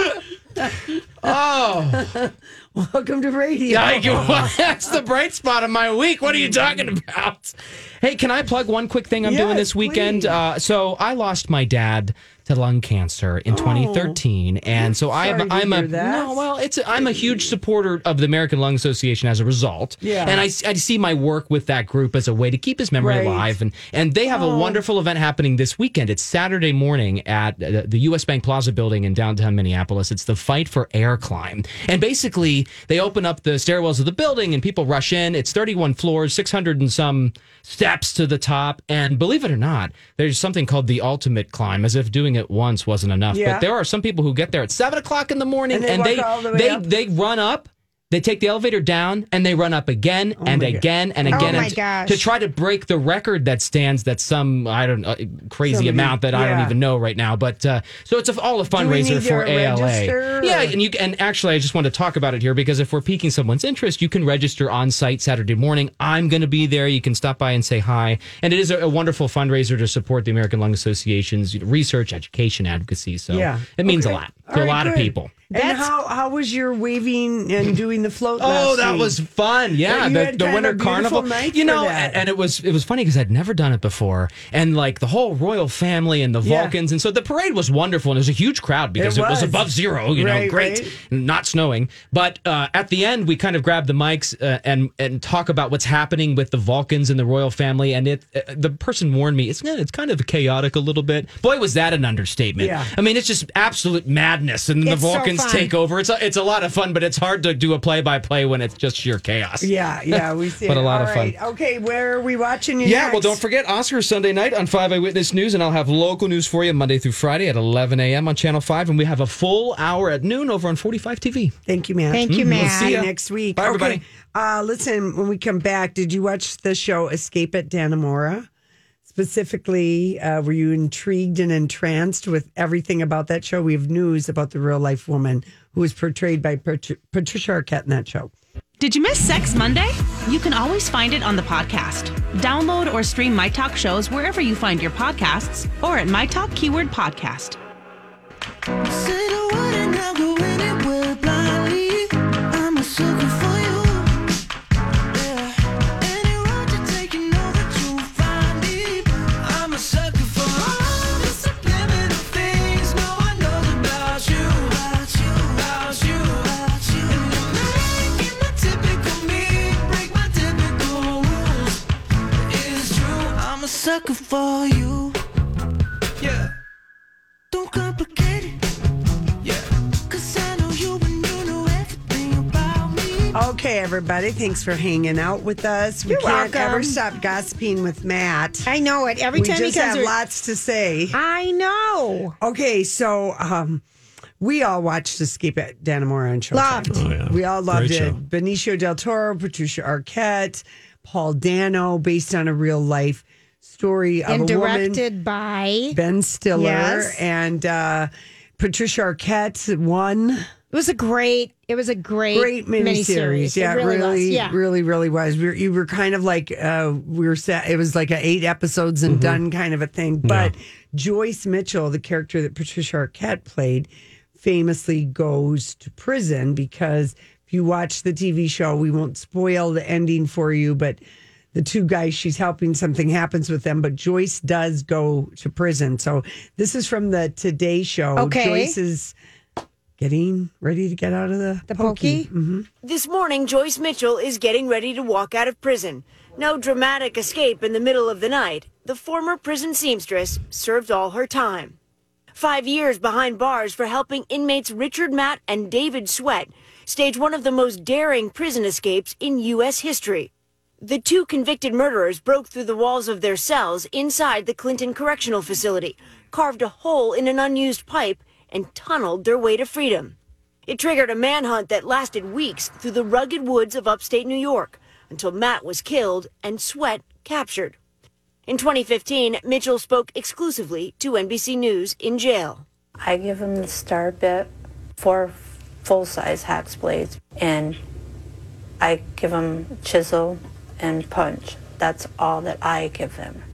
[SPEAKER 2] holder.
[SPEAKER 1] Jeez.
[SPEAKER 17] Oh,
[SPEAKER 3] Welcome to radio.
[SPEAKER 17] Like, that's the bright spot of my week. What are you talking about? Hey, can I plug one quick thing I'm doing
[SPEAKER 3] Yes,
[SPEAKER 17] this weekend?
[SPEAKER 3] please.
[SPEAKER 17] Uh, so I lost my dad to lung cancer in 2013, and so I
[SPEAKER 3] Oh. sorry
[SPEAKER 17] have,
[SPEAKER 3] to
[SPEAKER 17] I'm a
[SPEAKER 3] hear that.
[SPEAKER 17] no. Well, it's a, I'm a huge supporter of the American Lung Association as a result.
[SPEAKER 3] Yeah.
[SPEAKER 17] and I, s- I see my work with that group as a way to keep his memory
[SPEAKER 3] Right.
[SPEAKER 17] alive, and and they have
[SPEAKER 3] Oh.
[SPEAKER 17] a wonderful event happening this weekend. It's Saturday morning at uh, the U.S. Bank Plaza building in downtown Minneapolis. It's the Fight for Air Climb, and basically they open up the stairwells of the building, and people rush in. It's 31 floors, 600 and some steps to the top, and believe it or not, there's something called the ultimate climb, as if doing it once wasn't enough.
[SPEAKER 3] Yeah.
[SPEAKER 17] But there are some people who get there at seven o'clock in the morning,
[SPEAKER 3] And they walk all the way
[SPEAKER 17] they,
[SPEAKER 3] up.
[SPEAKER 17] they run up. They take the elevator down and they run up again and again and
[SPEAKER 2] Oh
[SPEAKER 17] again
[SPEAKER 2] my
[SPEAKER 17] and
[SPEAKER 2] gosh.
[SPEAKER 17] to try to break the record that stands that some I don't know crazy
[SPEAKER 3] Somebody-
[SPEAKER 17] amount that I don't
[SPEAKER 3] yeah.
[SPEAKER 17] even know right now. But uh, so it's a, all a
[SPEAKER 3] Do we
[SPEAKER 17] fundraiser
[SPEAKER 3] need to
[SPEAKER 17] for ALA.
[SPEAKER 3] register, or-
[SPEAKER 17] Yeah, and you and actually I just want to talk about it here because if we're piquing someone's interest, you can register on site Saturday morning. I'm going to be there. You can stop by and say hi. And it is a, a wonderful fundraiser to support the American Lung Association's you know, research, education, advocacy. So
[SPEAKER 3] Yeah.
[SPEAKER 17] it means
[SPEAKER 3] Okay.
[SPEAKER 17] a lot to
[SPEAKER 3] All
[SPEAKER 17] a
[SPEAKER 3] right,
[SPEAKER 17] lot of
[SPEAKER 3] good.
[SPEAKER 17] people.
[SPEAKER 3] and how how was your waving and doing the float?
[SPEAKER 17] Oh,
[SPEAKER 3] last
[SPEAKER 17] that
[SPEAKER 3] week?
[SPEAKER 17] was fun! Yeah,
[SPEAKER 3] you
[SPEAKER 17] the,
[SPEAKER 3] had
[SPEAKER 17] the
[SPEAKER 3] kind of
[SPEAKER 17] winter
[SPEAKER 3] a beautiful
[SPEAKER 17] carnival.
[SPEAKER 3] night
[SPEAKER 17] you
[SPEAKER 3] for
[SPEAKER 17] know,
[SPEAKER 3] that.
[SPEAKER 17] and, and it was it was funny because I'd never done it before, and like the whole royal family and the
[SPEAKER 3] Yeah.
[SPEAKER 17] Vulcans, and so the parade was wonderful, and it was a huge crowd because it was,
[SPEAKER 3] was.
[SPEAKER 17] above zero. You know,
[SPEAKER 3] Right,
[SPEAKER 17] great,
[SPEAKER 3] right.
[SPEAKER 17] not snowing. But uh, at the end, we kind of grabbed the mics uh, and and talk about what's happening with the Vulcans and the royal family. And it, uh, the person warned me it's it's kind of chaotic a little bit. Boy, was that an understatement!
[SPEAKER 3] Yeah.
[SPEAKER 17] I mean, it's just absolute madness madness, and then the
[SPEAKER 3] It's so
[SPEAKER 17] Vulcans
[SPEAKER 3] fun.
[SPEAKER 17] take over. It's a, it's a lot of fun, but it's hard to do a play by play when it's just sheer chaos.
[SPEAKER 3] Yeah, yeah, we see.
[SPEAKER 17] but
[SPEAKER 3] it.
[SPEAKER 17] a lot
[SPEAKER 3] All
[SPEAKER 17] of fun.
[SPEAKER 3] right. Okay, where are we watching you?
[SPEAKER 17] Yeah,
[SPEAKER 3] next?
[SPEAKER 17] well, don't forget Oscars Sunday night on Five Eyewitness News, and I'll have local news for you Monday through Friday at 11 a.m. on Channel 5, and we have a full hour at noon over on 45 TV.
[SPEAKER 3] Thank you, man.
[SPEAKER 17] Thank you, Mhm. Matt.
[SPEAKER 3] We'll
[SPEAKER 17] See
[SPEAKER 3] see you
[SPEAKER 17] ya.
[SPEAKER 3] next week.
[SPEAKER 17] Bye, everybody.
[SPEAKER 3] Okay. Uh, listen, when we come back, did you watch the show Escape at Dannemora? Specifically, uh, were you intrigued and entranced with everything about that show? We have news about the real life woman who was portrayed by Patri- Patricia Arquette in that show.
[SPEAKER 4] Did you miss Sex Monday? You can always find it on the podcast. Download or stream My Talk shows wherever you find your podcasts or at My Talk Keyword Podcast.
[SPEAKER 5] Say the word and I'll go anywhere blindly. I'm a sucker for you. Yeah. Any road you're taking over to find me. I'm a sucker for all the subliminal things no one knows about you. About you, about you, about you. And you're making the typical me break my typical rules. It's true, I'm a sucker for you. Yeah. Don't complicate it. Cause I know you and you know everything about me.
[SPEAKER 3] Okay, everybody, thanks for hanging out with us. We
[SPEAKER 2] You're
[SPEAKER 3] can't
[SPEAKER 2] welcome.
[SPEAKER 3] ever stop gossiping with Matt.
[SPEAKER 2] I know it. Every
[SPEAKER 3] we
[SPEAKER 2] time
[SPEAKER 3] just
[SPEAKER 2] he comes,
[SPEAKER 3] have
[SPEAKER 2] we-
[SPEAKER 3] lots to say.
[SPEAKER 2] I know.
[SPEAKER 3] Okay, so um, we all watched Escape at Dannemora on Showtime.
[SPEAKER 2] Loved. Oh,
[SPEAKER 1] yeah.
[SPEAKER 3] We all loved
[SPEAKER 1] Great
[SPEAKER 3] it.
[SPEAKER 1] show.
[SPEAKER 3] Benicio del Toro, Patricia Arquette, Paul Dano, based on a real life story of
[SPEAKER 2] and
[SPEAKER 3] a woman.
[SPEAKER 2] directed by
[SPEAKER 3] Ben Stiller
[SPEAKER 2] Yes.
[SPEAKER 3] and uh, Patricia Arquette won.
[SPEAKER 2] It was a great. It was a great,
[SPEAKER 3] Great miniseries,
[SPEAKER 2] It
[SPEAKER 3] yeah,
[SPEAKER 2] really, was.
[SPEAKER 3] really,
[SPEAKER 2] yeah.
[SPEAKER 3] really, really was. We were, you were kind of like uh, we were set. It was like a eight episodes and done kind of a thing. But Joyce Mitchell, the character that Patricia Arquette played, famously goes to prison because if you watch the TV show, we won't spoil the ending for you, but. The two guys she's helping, something happens with them, but Joyce does go to prison. So this is from the Today Show.
[SPEAKER 18] Okay.
[SPEAKER 3] Joyce is getting ready to get out of the, the pokey. hmm
[SPEAKER 18] This morning, Joyce Mitchell is getting ready to walk out of prison. No dramatic escape in the middle of the night. The former prison seamstress served all her time. Five years behind bars for helping inmates Richard Matt and David Sweat stage one of the most daring prison escapes in U.S. history. The two convicted murderers broke through the walls of their cells inside the Clinton Correctional Facility, carved a hole in an unused pipe, and tunneled their way to freedom. It triggered a manhunt that lasted weeks through the rugged woods of upstate New York until Matt was killed and Sweat captured. In 2015, Mitchell spoke exclusively to NBC News in jail.
[SPEAKER 19] I give him the star bit, four full size axe blades, and I give him chisel and punch. That's all that I give him.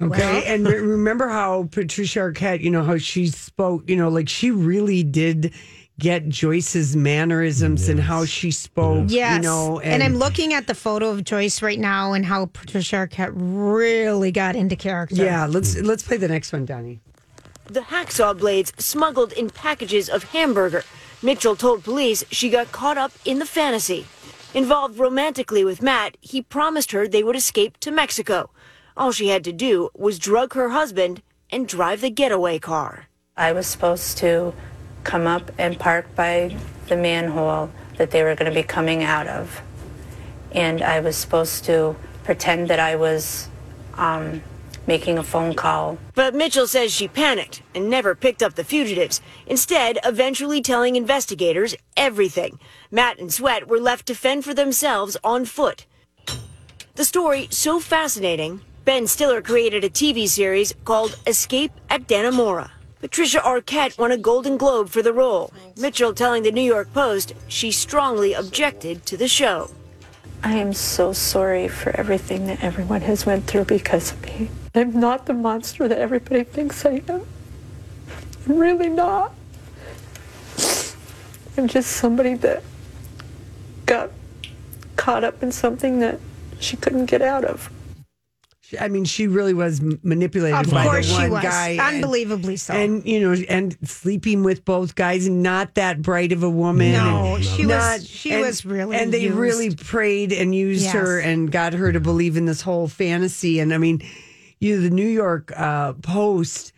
[SPEAKER 3] Okay. and re- remember how Patricia Arquette, you know, how she spoke, you know, like she really did get Joyce's mannerisms and how she spoke,
[SPEAKER 2] Yes.
[SPEAKER 3] you know.
[SPEAKER 2] and, I'm looking at the photo of Joyce right now and how Patricia Arquette really got into character.
[SPEAKER 3] Yeah, let's let's play the next one, Donnie.
[SPEAKER 18] The hacksaw blades smuggled in packages of hamburger. Mitchell told police she got caught up in the fantasy. Involved romantically with Matt, he promised her they would escape to Mexico. All she had to do was drug her husband and drive the getaway car.
[SPEAKER 19] I was supposed to come up and park by the manhole that they were going to be coming out of. And I was supposed to pretend that I was um, making a phone call
[SPEAKER 18] But Mitchell says she panicked and never picked up the fugitives, instead, eventually telling investigators everything. Matt and Sweat were left to fend for themselves on foot. The story so fascinating, Ben Stiller created a TV series called Escape at Dannemora. Patricia Arquette won a Golden Globe for the role, Mitchell telling the New York Post she strongly objected to the show.
[SPEAKER 19] I am so sorry for everything that everyone has went through because of me. I'm not the monster that everybody thinks I am. I'm really not. I'm just somebody that got caught up in something that she couldn't get out of.
[SPEAKER 3] She- I mean, she really was m- manipulated
[SPEAKER 2] Of
[SPEAKER 3] by the
[SPEAKER 2] course she
[SPEAKER 3] one
[SPEAKER 2] was.
[SPEAKER 3] guy.
[SPEAKER 2] Unbelievably so.
[SPEAKER 3] And, you know, and sleeping with both guys and not that bright of a woman.
[SPEAKER 2] No,
[SPEAKER 3] and
[SPEAKER 2] she was- she was really
[SPEAKER 3] And they
[SPEAKER 2] used.
[SPEAKER 3] really prayed and used
[SPEAKER 2] Yes.
[SPEAKER 3] her and got her to believe in this whole fantasy. And I mean, you know, the New York uh, Post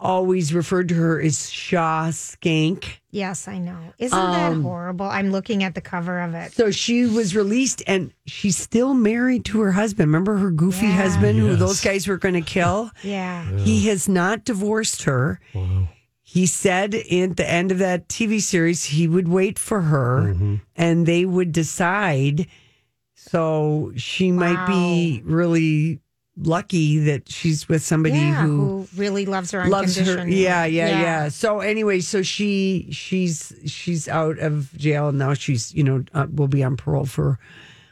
[SPEAKER 3] always referred to her as Shaw Skank.
[SPEAKER 2] Yes, I know. Isn't
[SPEAKER 3] Um,
[SPEAKER 2] that horrible? I'm looking at the cover of it.
[SPEAKER 3] So she was released and she's still married to her husband. Remember her goofy husband who
[SPEAKER 2] Yes.
[SPEAKER 3] those guys were going to kill?
[SPEAKER 2] Yeah.
[SPEAKER 3] He has not divorced her. He said at the end of that TV series he would wait for her
[SPEAKER 2] Mm-hmm.
[SPEAKER 3] and they would decide. So she might be really lucky that she's with somebody
[SPEAKER 2] yeah,
[SPEAKER 3] who
[SPEAKER 2] who really loves her
[SPEAKER 3] loves her.
[SPEAKER 2] unconditionally.
[SPEAKER 3] Yeah, yeah, yeah, So anyway, so she she's she's out of jail and now. She's you know uh, will be on parole for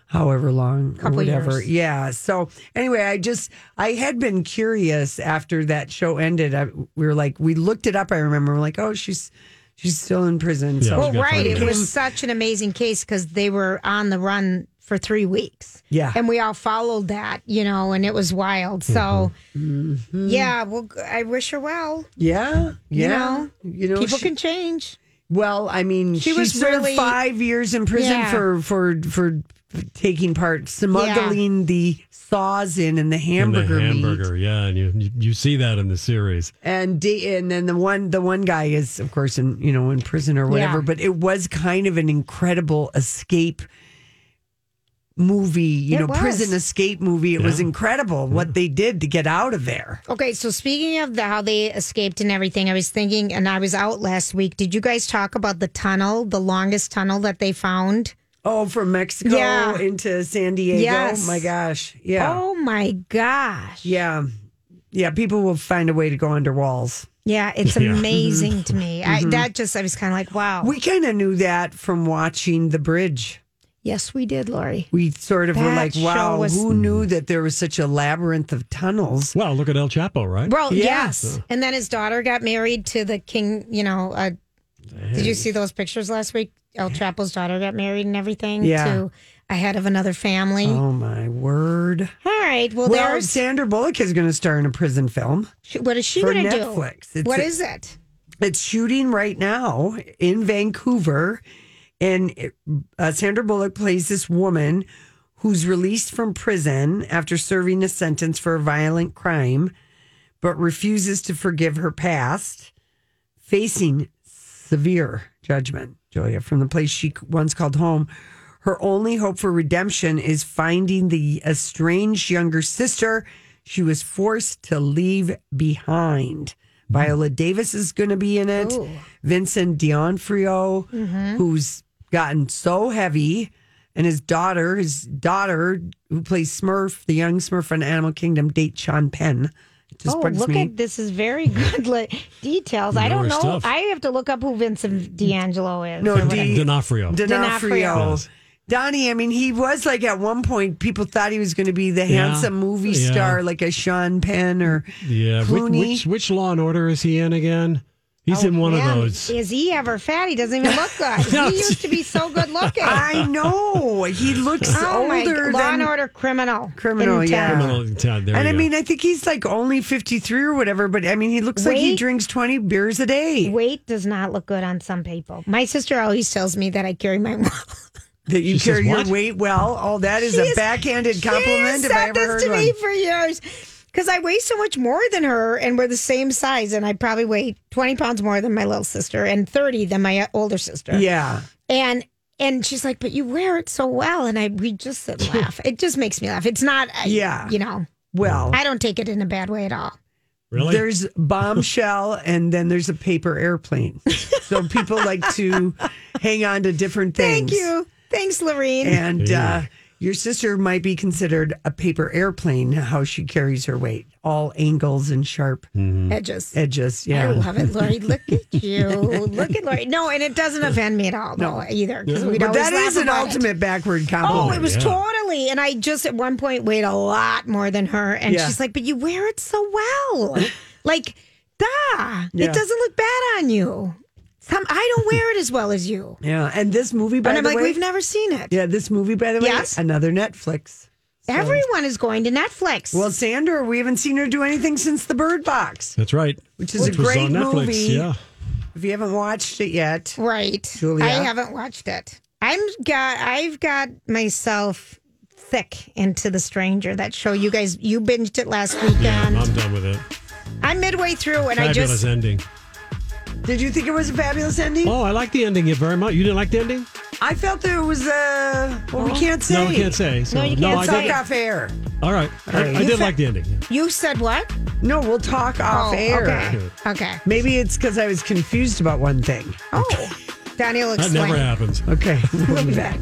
[SPEAKER 3] however long
[SPEAKER 16] Couple
[SPEAKER 3] or whatever.
[SPEAKER 16] years.
[SPEAKER 3] Yeah. So anyway, I just I had been curious after that show ended. I, we were like we looked it up. I remember we're like oh she's she's still in prison. so
[SPEAKER 2] well, right. It was such an amazing case because they were on the run for three weeks.
[SPEAKER 3] Yeah.
[SPEAKER 2] And we all followed that, you know, and it was wild. So,
[SPEAKER 3] Mm-hmm.
[SPEAKER 2] yeah, well, I wish her well.
[SPEAKER 3] Yeah,
[SPEAKER 2] You
[SPEAKER 3] yeah.
[SPEAKER 2] know, people can change.
[SPEAKER 3] Well, I mean,
[SPEAKER 2] She
[SPEAKER 3] she,
[SPEAKER 2] was
[SPEAKER 3] was served
[SPEAKER 2] really-
[SPEAKER 3] five years in prison
[SPEAKER 2] Yeah.
[SPEAKER 3] for for for taking part smuggling the saws in and the
[SPEAKER 1] And the
[SPEAKER 3] hamburger, meat.
[SPEAKER 1] hamburger, yeah, and you, you you see that in the series.
[SPEAKER 3] And da- and then the one the one guy is of course in you know in prison or whatever.
[SPEAKER 1] Yeah.
[SPEAKER 3] But it was kind of an incredible escape movie, you
[SPEAKER 2] It
[SPEAKER 3] know,
[SPEAKER 2] was.
[SPEAKER 3] prison escape movie. It was
[SPEAKER 2] Yeah.
[SPEAKER 3] incredible what they did to get out of there.
[SPEAKER 2] Okay, so speaking of the, how they escaped and everything, I was thinking, and I was out last week. Did you guys talk about the tunnel, the longest tunnel that they found?
[SPEAKER 3] Oh, from Mexico
[SPEAKER 2] Yeah.
[SPEAKER 3] into San Diego.
[SPEAKER 2] Yes.
[SPEAKER 3] my gosh. Yeah.
[SPEAKER 2] Oh my gosh.
[SPEAKER 3] Yeah. Yeah. People will find a way to go under walls.
[SPEAKER 2] Yeah, it's
[SPEAKER 3] Yeah.
[SPEAKER 2] amazing to me. I,
[SPEAKER 3] Mhm.
[SPEAKER 2] that just, I was kind of like, wow.
[SPEAKER 3] We kind of knew that from watching The Bridge.
[SPEAKER 2] yes, we did, Lori.
[SPEAKER 3] We sort of were
[SPEAKER 2] That
[SPEAKER 3] like,
[SPEAKER 2] show
[SPEAKER 3] wow,
[SPEAKER 2] was-
[SPEAKER 3] who knew that there was such a labyrinth of tunnels?
[SPEAKER 1] Well, look at El Chapo, right?
[SPEAKER 2] Well, yes. And then his daughter got married to the king, you know. Uh, did you see those pictures last week? El Chapo's daughter got married and everything
[SPEAKER 3] Yeah.
[SPEAKER 2] to a head of another family.
[SPEAKER 3] Oh, my word.
[SPEAKER 2] All right. Well,
[SPEAKER 3] Well,
[SPEAKER 2] there's.
[SPEAKER 3] Sandra Bullock is going to star in a prison film.
[SPEAKER 2] She- What is she
[SPEAKER 3] for
[SPEAKER 2] going to do?
[SPEAKER 3] Netflix. It's
[SPEAKER 2] What
[SPEAKER 3] a-
[SPEAKER 2] is it?
[SPEAKER 3] It's shooting right now in Vancouver, and it, uh, Sandra Bullock plays this woman who's released from prison after serving a sentence for a violent crime, but refuses to forgive her past, facing severe judgment. Julia, from the place she once called home, her only hope for redemption is finding the estranged younger sister she was forced to leave behind.
[SPEAKER 2] Mm.
[SPEAKER 3] Viola Davis is going to be in it.
[SPEAKER 16] Ooh.
[SPEAKER 3] Vincent D'Onofrio,
[SPEAKER 2] Mm-hmm.
[SPEAKER 16] Mhm.
[SPEAKER 3] who's gotten so heavy, and his daughter, his daughter who plays Smurf, the young Smurf on Animal Kingdom, dates Sean Penn. It just
[SPEAKER 2] oh,
[SPEAKER 3] brings
[SPEAKER 2] look
[SPEAKER 3] me.
[SPEAKER 2] at this is very good like, details. I
[SPEAKER 3] You know
[SPEAKER 2] don't
[SPEAKER 3] her
[SPEAKER 2] know.
[SPEAKER 3] stuff.
[SPEAKER 2] I have to look up who Vincent D'Angelo is.
[SPEAKER 3] No,
[SPEAKER 2] or whatever.
[SPEAKER 3] D-
[SPEAKER 1] D'Onofrio.
[SPEAKER 3] D'Onofrio.
[SPEAKER 1] Yes.
[SPEAKER 3] Donnie, I mean, he was like at one point, people thought he was going to be the
[SPEAKER 1] Yeah,
[SPEAKER 3] handsome movie
[SPEAKER 1] yeah.
[SPEAKER 3] star, like a Sean Penn or
[SPEAKER 1] Yeah. Which,
[SPEAKER 3] Clooney.
[SPEAKER 1] which which Law and Order is he in again? He's
[SPEAKER 2] Oh,
[SPEAKER 1] in one
[SPEAKER 2] Man,
[SPEAKER 1] of those.
[SPEAKER 2] Is he ever fat? He doesn't even look good.
[SPEAKER 1] No,
[SPEAKER 2] he used to be so good looking.
[SPEAKER 3] I know. He looks
[SPEAKER 2] Oh my
[SPEAKER 3] older
[SPEAKER 2] Law
[SPEAKER 3] than
[SPEAKER 2] and Order criminal.
[SPEAKER 3] criminal,
[SPEAKER 2] Intent.
[SPEAKER 3] yeah.
[SPEAKER 1] Criminal Ted, there
[SPEAKER 3] and
[SPEAKER 1] you
[SPEAKER 3] I
[SPEAKER 1] go.
[SPEAKER 3] mean, I think he's like only 53 or whatever, but I mean, he looks like he
[SPEAKER 2] Wait.
[SPEAKER 3] drinks 20 beers a day.
[SPEAKER 2] Weight does not look good on some people. My sister always tells me that I carry my well.
[SPEAKER 3] That you
[SPEAKER 2] She says
[SPEAKER 3] carry your
[SPEAKER 2] what?
[SPEAKER 3] weight well. Oh, that is
[SPEAKER 2] She
[SPEAKER 3] a
[SPEAKER 2] is-
[SPEAKER 3] backhanded compliment
[SPEAKER 2] She
[SPEAKER 3] if I
[SPEAKER 2] has said
[SPEAKER 3] ever
[SPEAKER 2] this
[SPEAKER 3] heard
[SPEAKER 2] to
[SPEAKER 3] one.
[SPEAKER 2] me for years because I weigh so much more than her, and we're the same size, and I probably weigh twenty pounds more than my little sister and thirty than my older sister.
[SPEAKER 3] Yeah.
[SPEAKER 2] and and she's like, "But you wear it so well," and I we just sit and laugh. it just makes me laugh. It's not, I-
[SPEAKER 3] Yeah.
[SPEAKER 2] you know.
[SPEAKER 3] Well,
[SPEAKER 2] I don't take it in a bad way at all.
[SPEAKER 3] There's bombshell, and then there's a paper airplane. So people like to hang on to different
[SPEAKER 2] Thank
[SPEAKER 3] things.
[SPEAKER 2] you. Thanks, Lorene.
[SPEAKER 3] And uh, your sister might be considered a paper airplane, how she carries her weight, all angles and sharp
[SPEAKER 2] Edges.
[SPEAKER 3] Edges, yeah.
[SPEAKER 2] I love it, Lori. Look at you. Look at Lori. No, and it doesn't offend me at all, though, either. 'cause we'd
[SPEAKER 3] But
[SPEAKER 2] always
[SPEAKER 3] that
[SPEAKER 2] laugh
[SPEAKER 3] is an
[SPEAKER 2] about it.
[SPEAKER 3] ultimate backward
[SPEAKER 2] Oh,
[SPEAKER 3] compliment.
[SPEAKER 2] it was totally. And I just at one point weighed a lot more than her. And
[SPEAKER 3] Yeah.
[SPEAKER 2] she's like, but you wear it so well. like, da,
[SPEAKER 3] Yeah.
[SPEAKER 2] it doesn't look bad on you. Some, I don't wear it as well as you.
[SPEAKER 3] Yeah, and this movie, by
[SPEAKER 2] And I'm
[SPEAKER 3] the
[SPEAKER 2] like,
[SPEAKER 3] way,
[SPEAKER 2] we've never seen it.
[SPEAKER 3] Yeah, this movie, by the way,
[SPEAKER 2] Yes.
[SPEAKER 3] another Netflix.
[SPEAKER 2] Everyone is going to Netflix.
[SPEAKER 3] Well, Sandra, we haven't seen her do anything since The Bird Box.
[SPEAKER 1] That's right.
[SPEAKER 3] Which is a
[SPEAKER 1] was
[SPEAKER 3] great
[SPEAKER 1] on Netflix,
[SPEAKER 3] movie.
[SPEAKER 1] Yeah.
[SPEAKER 3] If you haven't watched it yet,
[SPEAKER 2] right,
[SPEAKER 3] Julia,
[SPEAKER 2] I haven't watched it. I'm got. I've got myself thick into the stranger that show. You guys, you binged it last weekend.
[SPEAKER 1] Yeah, I'm done with it.
[SPEAKER 2] I'm midway through and
[SPEAKER 1] Fabulous
[SPEAKER 2] I just
[SPEAKER 1] ending.
[SPEAKER 3] Did you think it was a fabulous ending?
[SPEAKER 1] Oh, I like the ending it very much. You didn't like the ending?
[SPEAKER 3] I felt there was a. Well, we can't say.
[SPEAKER 1] No, we can't say. So, I
[SPEAKER 3] talk
[SPEAKER 1] did-
[SPEAKER 3] off air.
[SPEAKER 1] All right. I-
[SPEAKER 3] right.
[SPEAKER 1] I,
[SPEAKER 3] You
[SPEAKER 1] did
[SPEAKER 3] fa-
[SPEAKER 1] like the ending.
[SPEAKER 3] You said what? No, we'll talk off
[SPEAKER 2] Oh,
[SPEAKER 3] air.
[SPEAKER 2] okay. Okay.
[SPEAKER 3] Maybe it's because I was confused about one thing.
[SPEAKER 2] Daniel
[SPEAKER 1] That never
[SPEAKER 2] explain.
[SPEAKER 1] happens.
[SPEAKER 3] Okay. We'll be back.